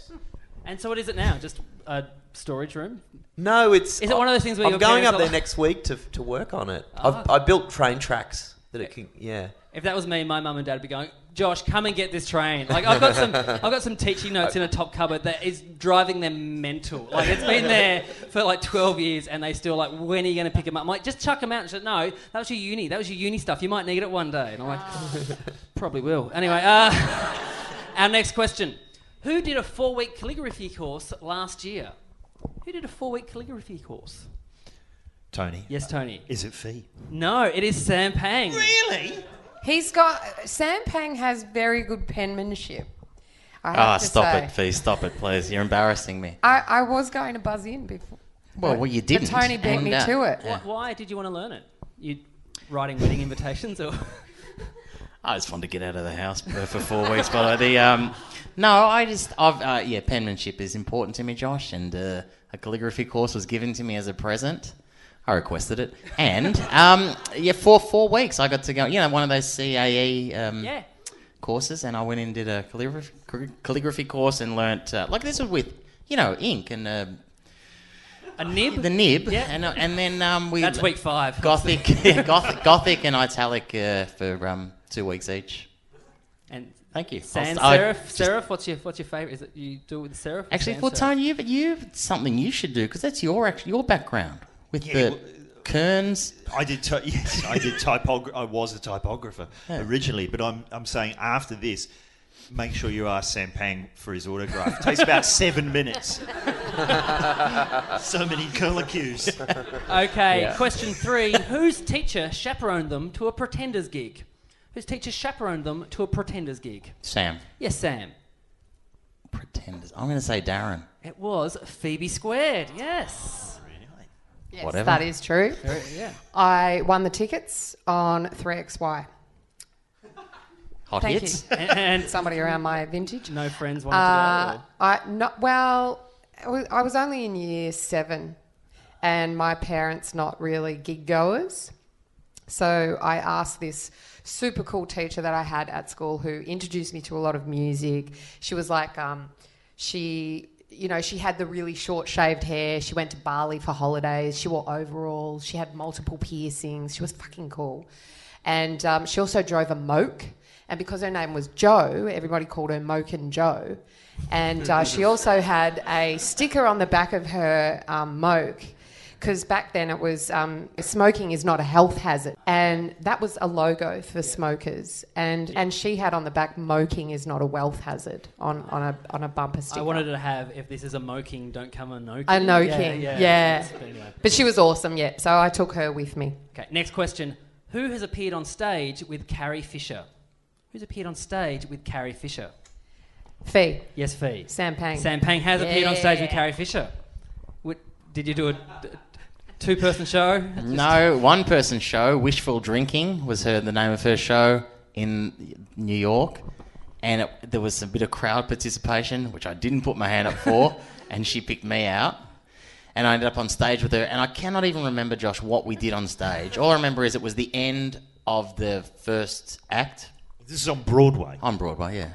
Speaker 1: and so what is it now? Just a storage room?
Speaker 6: No, it's.
Speaker 1: Is it one of those things where
Speaker 6: I'm
Speaker 1: your
Speaker 6: going
Speaker 1: parents
Speaker 6: up
Speaker 1: are
Speaker 6: there
Speaker 1: like-
Speaker 6: next week to, to work on it. I've,
Speaker 1: Ah.
Speaker 6: I built train tracks that it can. Yeah.
Speaker 1: If that was me, my mum and dad would be going, Josh, come and get this train. Like I've got some, I've got some teaching notes in a top cupboard that is driving them mental. Like it's been there for like 12 years, and they still like, when are you going to pick them up? I'm like, just chuck them out. And she's like, no, that was your uni, that was your uni stuff. You might need it one day. And I'm like, probably will. Anyway, uh, (laughs) our next question: Who did a four-week calligraphy course last year? Who did a four-week calligraphy course?
Speaker 2: Tony,
Speaker 1: Yes, Tony.
Speaker 2: is it Fee?
Speaker 1: No, it is Sam Pang.
Speaker 2: Really?
Speaker 4: He's got Sam Pang has very good penmanship. I
Speaker 3: Ah,
Speaker 4: have to
Speaker 3: stop
Speaker 4: say.
Speaker 3: it, Fee. Stop it, please. You're embarrassing me.
Speaker 4: I, I was going to buzz in before.
Speaker 3: Well, well you didn't.
Speaker 4: But Tony beat
Speaker 3: and,
Speaker 4: me
Speaker 3: uh,
Speaker 4: to it.
Speaker 3: yeah.
Speaker 1: Wh- Why did you want to learn it? You writing wedding invitations
Speaker 3: (laughs)
Speaker 1: or?
Speaker 3: I just wanted to get out of the house for for four weeks. But the um, no, I just I've uh, yeah, penmanship is important to me, Josh, and uh, a calligraphy course was given to me as a present. I requested it, and um, yeah, for four weeks I got to go. You know, one of those CAE um,
Speaker 1: Yeah.
Speaker 3: courses, and I went and did a calligraphy, calligraphy course and learnt uh, like this was with you know ink and uh,
Speaker 1: A nib?
Speaker 3: the nib,
Speaker 1: Yeah.
Speaker 3: and uh, and then um, we
Speaker 1: That's week five. (laughs)
Speaker 3: (laughs) Gothic, (laughs) yeah, gothic, gothic, and italic uh, for um, two weeks each.
Speaker 1: And
Speaker 3: Thank you.
Speaker 1: sans
Speaker 3: I'll- I-
Speaker 1: serif.
Speaker 3: just-
Speaker 1: serif, what's your what's your favourite? Is it you do it with serif? or
Speaker 3: Actually,
Speaker 1: sans
Speaker 3: well,
Speaker 1: serif?
Speaker 3: Tony, you've you've something you should do because that's your act- your background with
Speaker 2: Yeah,
Speaker 3: the
Speaker 2: well,
Speaker 3: Kearns.
Speaker 2: I did. Ty- (laughs) yes, I did. Typogra- I was a typographer originally, but I'm I'm saying after this, make sure you ask Sam Pang for his autograph. It takes about seven minutes. (laughs) so many colour cues.
Speaker 1: Okay,
Speaker 3: (laughs)
Speaker 1: question three. Whose teacher chaperoned them to a pretender's gig? Whose teacher chaperoned them to a pretender's gig?
Speaker 3: Sam
Speaker 1: Yes, Sam.
Speaker 3: pretenders. I'm going to say Darren.
Speaker 1: It was Phoebe Squared, yes.
Speaker 4: Yes,
Speaker 3: Whatever.
Speaker 4: that is true.
Speaker 3: (laughs)
Speaker 1: Yeah.
Speaker 4: I won the tickets on 3XY.
Speaker 3: Hot
Speaker 4: Thank
Speaker 3: hits.
Speaker 4: you.
Speaker 1: And, and
Speaker 4: Somebody around my
Speaker 3: Oh,
Speaker 4: vintage.
Speaker 1: no friends wanted to
Speaker 4: Uh,
Speaker 1: go. or-
Speaker 4: I not well. I was- I was only in year seven, and my parents not really gig goers, so I asked this super cool teacher that I had at school who introduced me to a lot of music. She was like, um, she. You know, she had the really short shaved hair. She went to Bali for holidays. She wore overalls. She had multiple piercings. She was fucking cool. And um, she also drove a moke. And because her name was Joe, everybody called her Moken Joe. And uh, she also had a sticker on the back of her um, moke. Because back then it was um, smoking is not a health hazard, and that was a logo for smokers. And and she had on the back, "Moking is not a wealth hazard" on, on a on a bumper sticker.
Speaker 1: I wanted to have, if this is a moking, don't come a no
Speaker 4: a no king, yeah.
Speaker 1: But anyway.
Speaker 4: But she was awesome, yeah. So I took her with me.
Speaker 1: Okay, next question. Who has appeared on stage with Carrie Fisher? Who's appeared on stage with Carrie Fisher?
Speaker 4: Fee,
Speaker 1: Yes, Fee.
Speaker 4: Sam Pang.
Speaker 1: Sam Pang has appeared on stage with
Speaker 4: Yeah.
Speaker 1: Carrie Fisher. What, did you do a two person show?
Speaker 3: No one person show. Wishful drinking was her the name of her show in New York, and it, there was a bit of crowd participation, which I didn't put my hand up for, and she picked me out. And I ended up on stage with her, and I cannot even remember, Josh, what we did on stage. All I remember is it was the end of the first act
Speaker 2: This is on Broadway.
Speaker 3: on Broadway, yeah.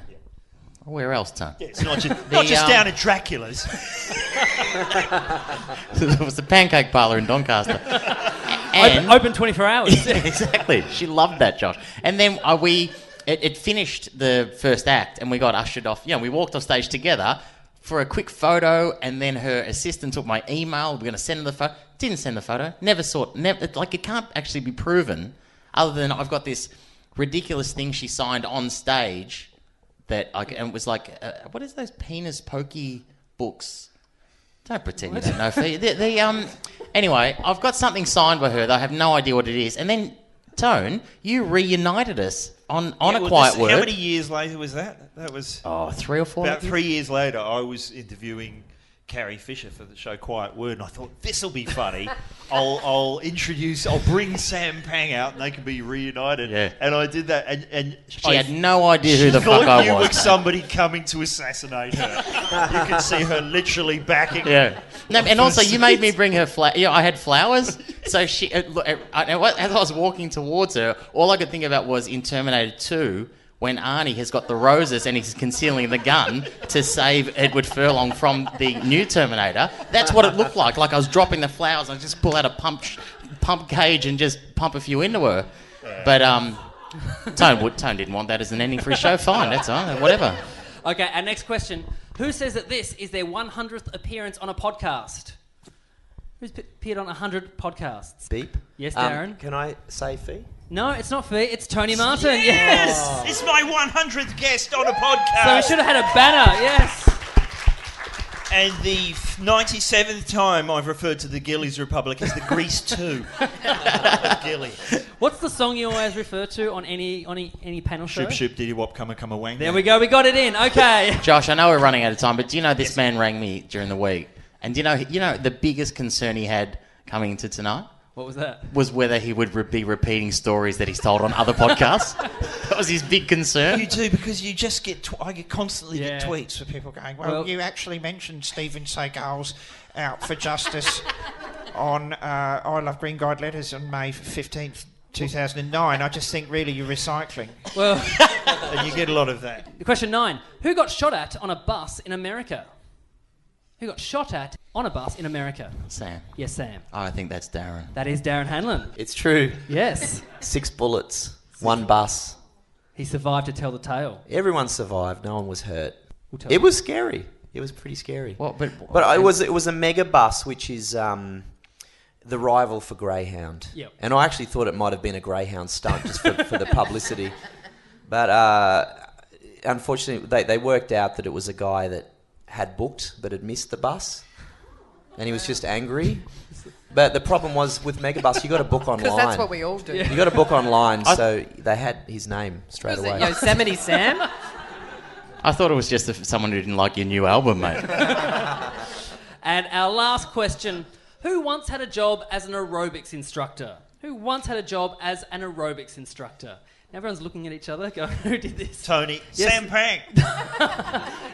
Speaker 3: Where else, Tom?
Speaker 2: It's not just, not just
Speaker 3: um,
Speaker 2: down at Dracula's.
Speaker 3: (laughs) it was the pancake parlor in Doncaster.
Speaker 1: Open,
Speaker 3: And
Speaker 1: open 24 hours. (laughs)
Speaker 3: (laughs) exactly. She loved that, Josh. And then uh, we, it, it finished the first act, and we got ushered off. You know, we walked off stage together for a quick photo, and then her assistant took my email. We're going to send her the photo. Didn't send the photo. Never saw it. Never, it- like it can't actually be proven, other than I've got this ridiculous thing she signed on stage that I c- and it was like, uh, what is those penis pokey books? Don't pretend you don't know. Fee. The, the, um, anyway, I've got something signed by her that I have no idea what it is. And then, Tone, you reunited us on, on a
Speaker 2: Well,
Speaker 3: quiet
Speaker 2: this-
Speaker 3: word.
Speaker 2: How many years later was that? That was
Speaker 3: Oh, three or four.
Speaker 2: about three years later. I was interviewing Carrie Fisher for the show Quiet Word, and I thought this will be
Speaker 3: (laughs)
Speaker 2: funny. I'll, I'll introduce. I'll bring Sam Pang out, and they can be reunited.
Speaker 3: Yeah.
Speaker 2: And I did that, and, and
Speaker 3: She had no idea who the
Speaker 2: thought
Speaker 3: fuck I
Speaker 2: you
Speaker 3: was.
Speaker 2: were
Speaker 3: mate.
Speaker 2: somebody coming to assassinate her. you could see her literally (laughs) backing.
Speaker 3: Yeah. No, and also, you made me bring her flowers. Yeah, I had flowers. So she, it, look, it- I, and what- as I was walking towards her, all I could think about was in Terminator 2 when Arnie has got the roses and he's concealing the gun to save Edward Furlong from the new Terminator. That's what it looked like. Like I was dropping the flowers and I just pull out a pump, sh- pump cage and just pump a few into her. But, um,. Tone, would, Tone didn't want that as an ending for his show. Fine, that's all. right, Whatever.
Speaker 1: Okay, our next question. Who says that this is their 100th appearance on a podcast? Who's p- appeared on 100 podcasts?
Speaker 5: Beep.
Speaker 1: Yes,
Speaker 5: Um,
Speaker 1: Darren?
Speaker 5: can I say fee?
Speaker 1: No, it's not Fee, it's Tony Martin. Yes!
Speaker 2: It's my 100th guest on a
Speaker 1: So we
Speaker 2: podcast.
Speaker 1: should have had a banner, yes!
Speaker 2: And the f- 97th time I've referred to the Gillies Republic as the Grease
Speaker 3: (laughs)
Speaker 2: 2 of Gilly.
Speaker 1: What's the song you always refer to on any on any, any panel show?
Speaker 2: Shoop, shoop, diddy wop, come a come a wang.
Speaker 1: There we go. We got it in. Okay.
Speaker 5: (laughs)
Speaker 3: Josh, I know we're running out of time, but do you know this man rang me during the week, and do you know you know the biggest concern he had coming into tonight
Speaker 1: what was that?
Speaker 3: was whether he would re- be repeating stories that he's told on other podcasts. that was his big concern.
Speaker 2: You do because you just get. Tw- I get constantly
Speaker 1: Yeah.
Speaker 2: get tweets.
Speaker 8: for people going, well,
Speaker 1: Well-
Speaker 8: you actually mentioned Stephen Seagal's Out for Justice (laughs) on uh, I Love Green Guide Letters on May 15th, 2009. I just think, really, you're recycling.
Speaker 1: Well, (laughs)
Speaker 2: And you get a lot of that.
Speaker 1: question nine: Who got shot at on a bus in America? Who got shot at on a bus in America?
Speaker 3: Sam,
Speaker 1: Yes, Sam.
Speaker 3: I think that's Darren.
Speaker 1: That is Darren Hanlon.
Speaker 5: It's true.
Speaker 1: Yes,
Speaker 5: (laughs) Six bullets, one bus.
Speaker 1: he survived to tell the tale.
Speaker 5: Everyone survived. No one was hurt.
Speaker 1: We'll tell
Speaker 5: It was scary. It was pretty scary.
Speaker 3: Well, but
Speaker 5: But it was it was a mega bus, which is um, the rival for Greyhound.
Speaker 1: Yep.
Speaker 5: And I actually thought it might have been a Greyhound stunt just for, for the publicity. But uh, unfortunately, they, they worked out that it was a guy that had booked but had missed the bus, and he was just angry. But the problem was with Megabus, you got to
Speaker 4: (laughs)
Speaker 5: book online.
Speaker 4: Because that's what we all do.
Speaker 5: you got to book online, so they had his name straight
Speaker 4: Was it
Speaker 5: away.
Speaker 4: Yosemite Sam?
Speaker 3: I thought it was just if someone who didn't like your new album, mate.
Speaker 1: And our last question: Who once had a job as an aerobics instructor? Who once had a job as an aerobics instructor? Now everyone's looking at each other. (laughs) Go, who did this?
Speaker 2: Tony, Sam Pang.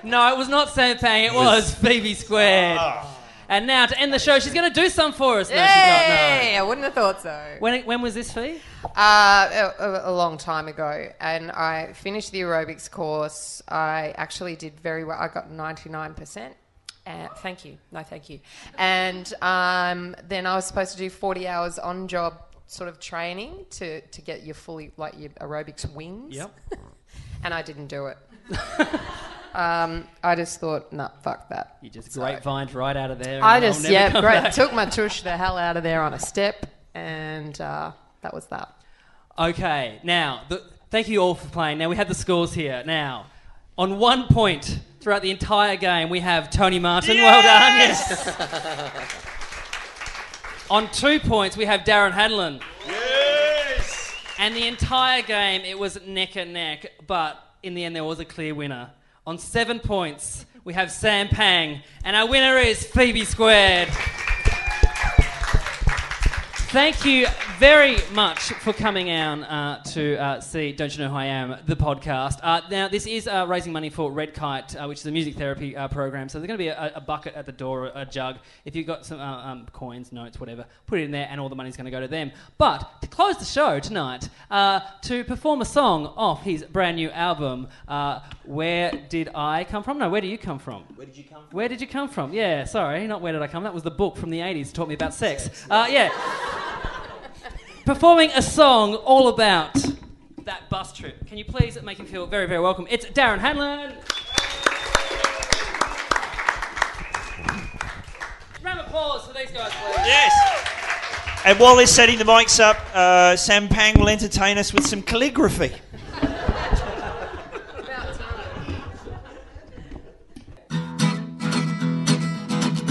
Speaker 1: No, it was not Sam Pang. It was Phoebe Squared.
Speaker 4: Ah.
Speaker 1: And now to end the show, she's going to do some for us. No, she's not. No.
Speaker 4: Hey, I wouldn't have thought so.
Speaker 1: When, when was this, Fee?
Speaker 4: Uh, a, a- a long time ago, and I finished the aerobics course. I actually did very well. I got ninety nine percent. Thank you, no, thank you. And um, then I was supposed to do forty hours on job sort of training to to get your fully like your aerobics wings. (laughs) and I didn't do it. (laughs) um, I just thought, nah, fuck that.
Speaker 1: You just grapevined right out of there. and
Speaker 4: I
Speaker 1: I'll
Speaker 4: just
Speaker 1: never
Speaker 4: yeah,
Speaker 1: come
Speaker 4: great.
Speaker 1: back.
Speaker 4: Took my tush the hell out of there on a step, and uh, that was that.
Speaker 1: Okay, now, the, thank you all for playing. Now, we have the scores here. Now, on one point throughout the entire game, we have Tony Martin. Well done. Yes. on two points, we have Darren Hadlin.
Speaker 2: (laughs) Yes.
Speaker 1: And the entire game, it was neck and neck, but in the end, there was a clear winner. On seven points, we have Sam Pang, and our winner is Phoebe Squared. Thank you very much for coming out uh, to uh, see Don't You Know Who I Am, the podcast. Uh, now, this is uh, raising money for Red Kite, uh, which is a music therapy uh, program. So there's going to be a, a bucket at the door, a jug. If you've got some uh, um, coins, notes, whatever, put it in there, and all the money's going to go to them. But to close the show tonight, uh, to perform a song off his brand new album, uh, Where Did I Come From? No, Where Do You Come From? Where did you come from? Yeah, sorry, not where did I come. That was the book from the 80s taught me about sex. Uh, yeah. Performing a song all about that bus trip. Can you please make him feel very, very welcome? It's Darren Hanlon. Round of applause for these guys, please.
Speaker 2: Yes. And while they're setting the mics up, uh, Sam Pang will entertain us with some calligraphy.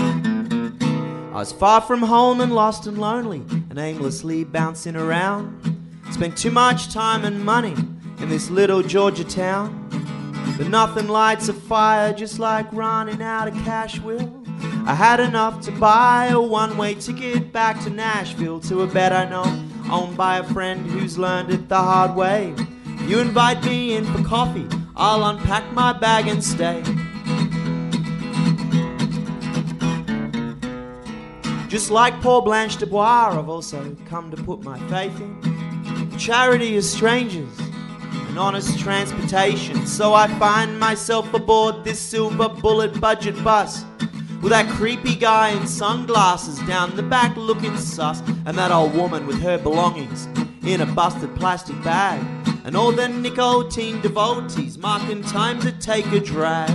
Speaker 6: I was far from home and lost and lonely and aimlessly bouncing around. Spent too much time and money in this little Georgia town. But nothing lights a fire just like running out of cash will. I had enough to buy a one way ticket back to Nashville to a bed I know, owned by a friend who's learned it the hard way. If you invite me in for coffee, I'll unpack my bag and stay. Just like Paul Blanche Dubois, I've also come to put my faith in charity is strangers and honest transportation. So I find myself aboard this silver bullet budget bus with that creepy guy in sunglasses down the back looking sus, and that old woman with her belongings in a busted plastic bag, and all the nicotine devotees marking time to take a drag.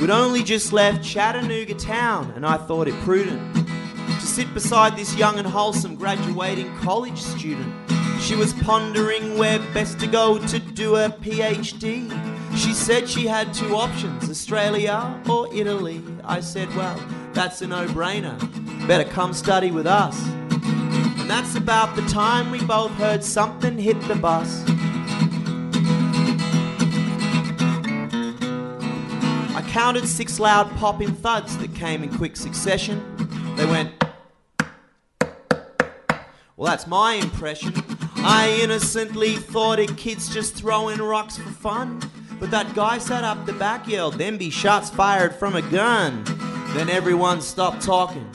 Speaker 6: We'd only just left Chattanooga town, and I thought it prudent to sit beside this young and wholesome graduating college student. She was pondering where best to go to do her PhD. She said she had two options Australia or Italy. I said, well, that's a no brainer. Better come study with us. And that's about the time we both heard something hit the bus. I counted six loud popping thuds that came in quick succession. They went. Well, that's my impression. I innocently thought it kids just throwing rocks for fun. But that guy sat up the back yelled, then be shots fired from a gun. Then everyone stopped talking.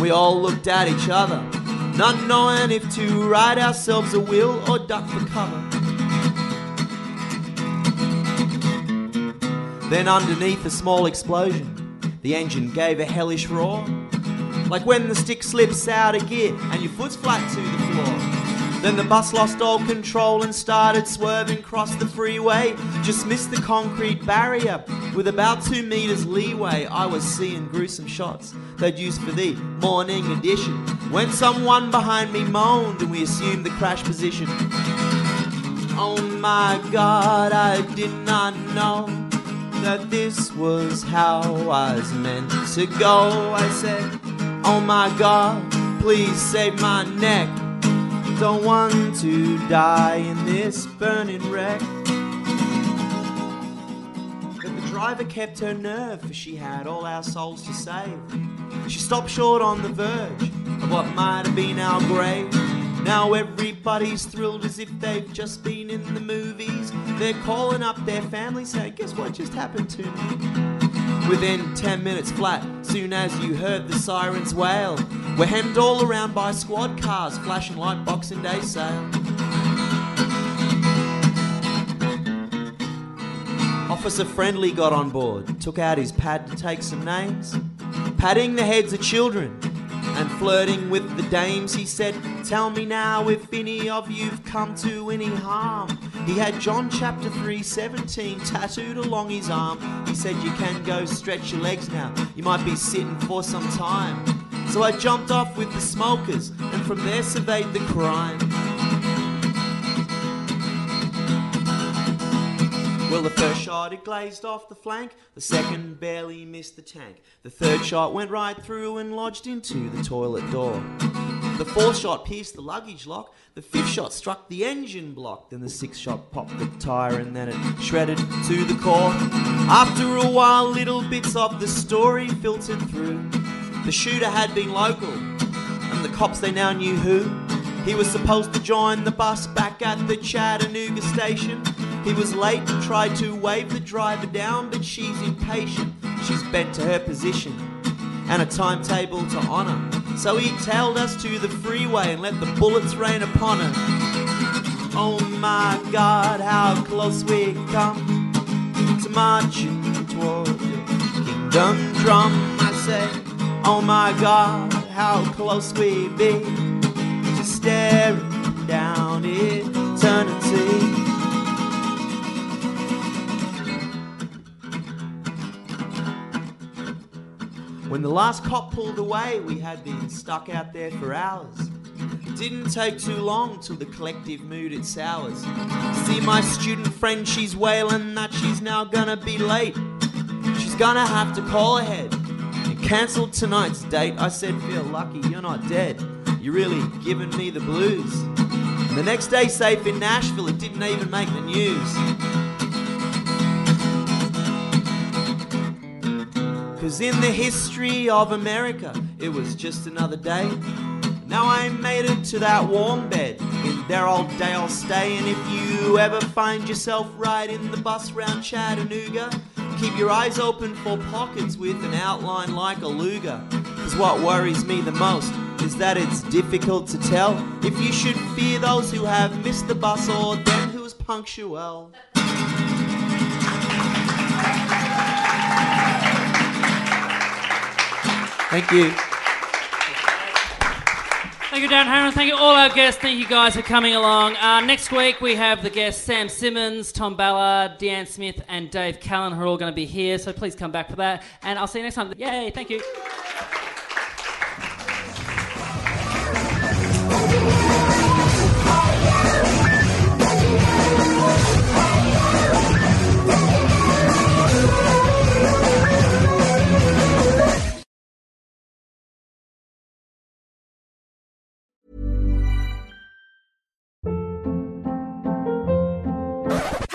Speaker 6: We all looked at each other, not knowing if to write ourselves a will or duck for cover. Then, underneath a small explosion, the engine gave a hellish roar. Like when the stick slips out of gear and your foot's flat to the floor. Then the bus lost all control and started swerving across the freeway. Just missed the concrete barrier with about two meters leeway. I was seeing gruesome shots they'd used for the morning edition. When someone behind me moaned and we assumed the crash position. Oh my god, I did not know that this was how I was meant to go. I said, Oh my god, please save my neck. Don't want to die in this burning wreck. But the driver kept her nerve, for she had all our souls to save. She stopped short on the verge of what might have been our grave. Now everybody's thrilled as if they've just been in the movies. They're calling up their family saying, Guess what just happened to me? Within 10 minutes flat, soon as you heard the sirens wail, we're hemmed all around by squad cars flashing like Boxing Day sale. Officer Friendly got on board, took out his pad to take some names. Patting the heads of children and flirting with the dames, he said, Tell me now if any of you've come to any harm. He had John chapter 317 tattooed along his arm. He said, You can go stretch your legs now, you might be sitting for some time. So I jumped off with the smokers and from there surveyed the crime. Well, the first shot it glazed off the flank, the second barely missed the tank. The third shot went right through and lodged into the toilet door. The fourth shot pierced the luggage lock, the fifth shot struck the engine block, then the sixth shot popped the tyre and then it shredded to the core. After a while, little bits of the story filtered through. The shooter had been local, and the cops they now knew who. He was supposed to join the bus back at the Chattanooga station. He was late and tried to wave the driver down, but she's impatient. She's bent to her position and a timetable to honor. So he tailed us to the freeway and let the bullets rain upon her. Oh my god, how close we come to marching toward the kingdom drum. I say, oh my god, how close we be to staring down eternity. When the last cop pulled away, we had been stuck out there for hours. It didn't take too long till the collective mood it sours. See my student friend, she's wailing that she's now gonna be late. She's gonna have to call ahead and cancel tonight's date. I said, feel lucky you're not dead. You're really giving me the blues. And the next day, safe in Nashville, it didn't even make the news. Cause in the history of America, it was just another day. Now I made it to that warm bed. In their old day I'll stay. And if you ever find yourself riding the bus round Chattanooga, keep your eyes open for pockets with an outline like a luger. Cause what worries me the most is that it's difficult to tell if you should fear those who have missed the bus or them who's punctual. Thank you.
Speaker 1: Thank you, Darren Harris. Thank you, all our guests. Thank you guys for coming along. Uh, next week, we have the guests Sam Simmons, Tom Ballard, Deanne Smith, and Dave Callan, who are all going to be here. So please come back for that. And I'll see you next time. Yay, thank you.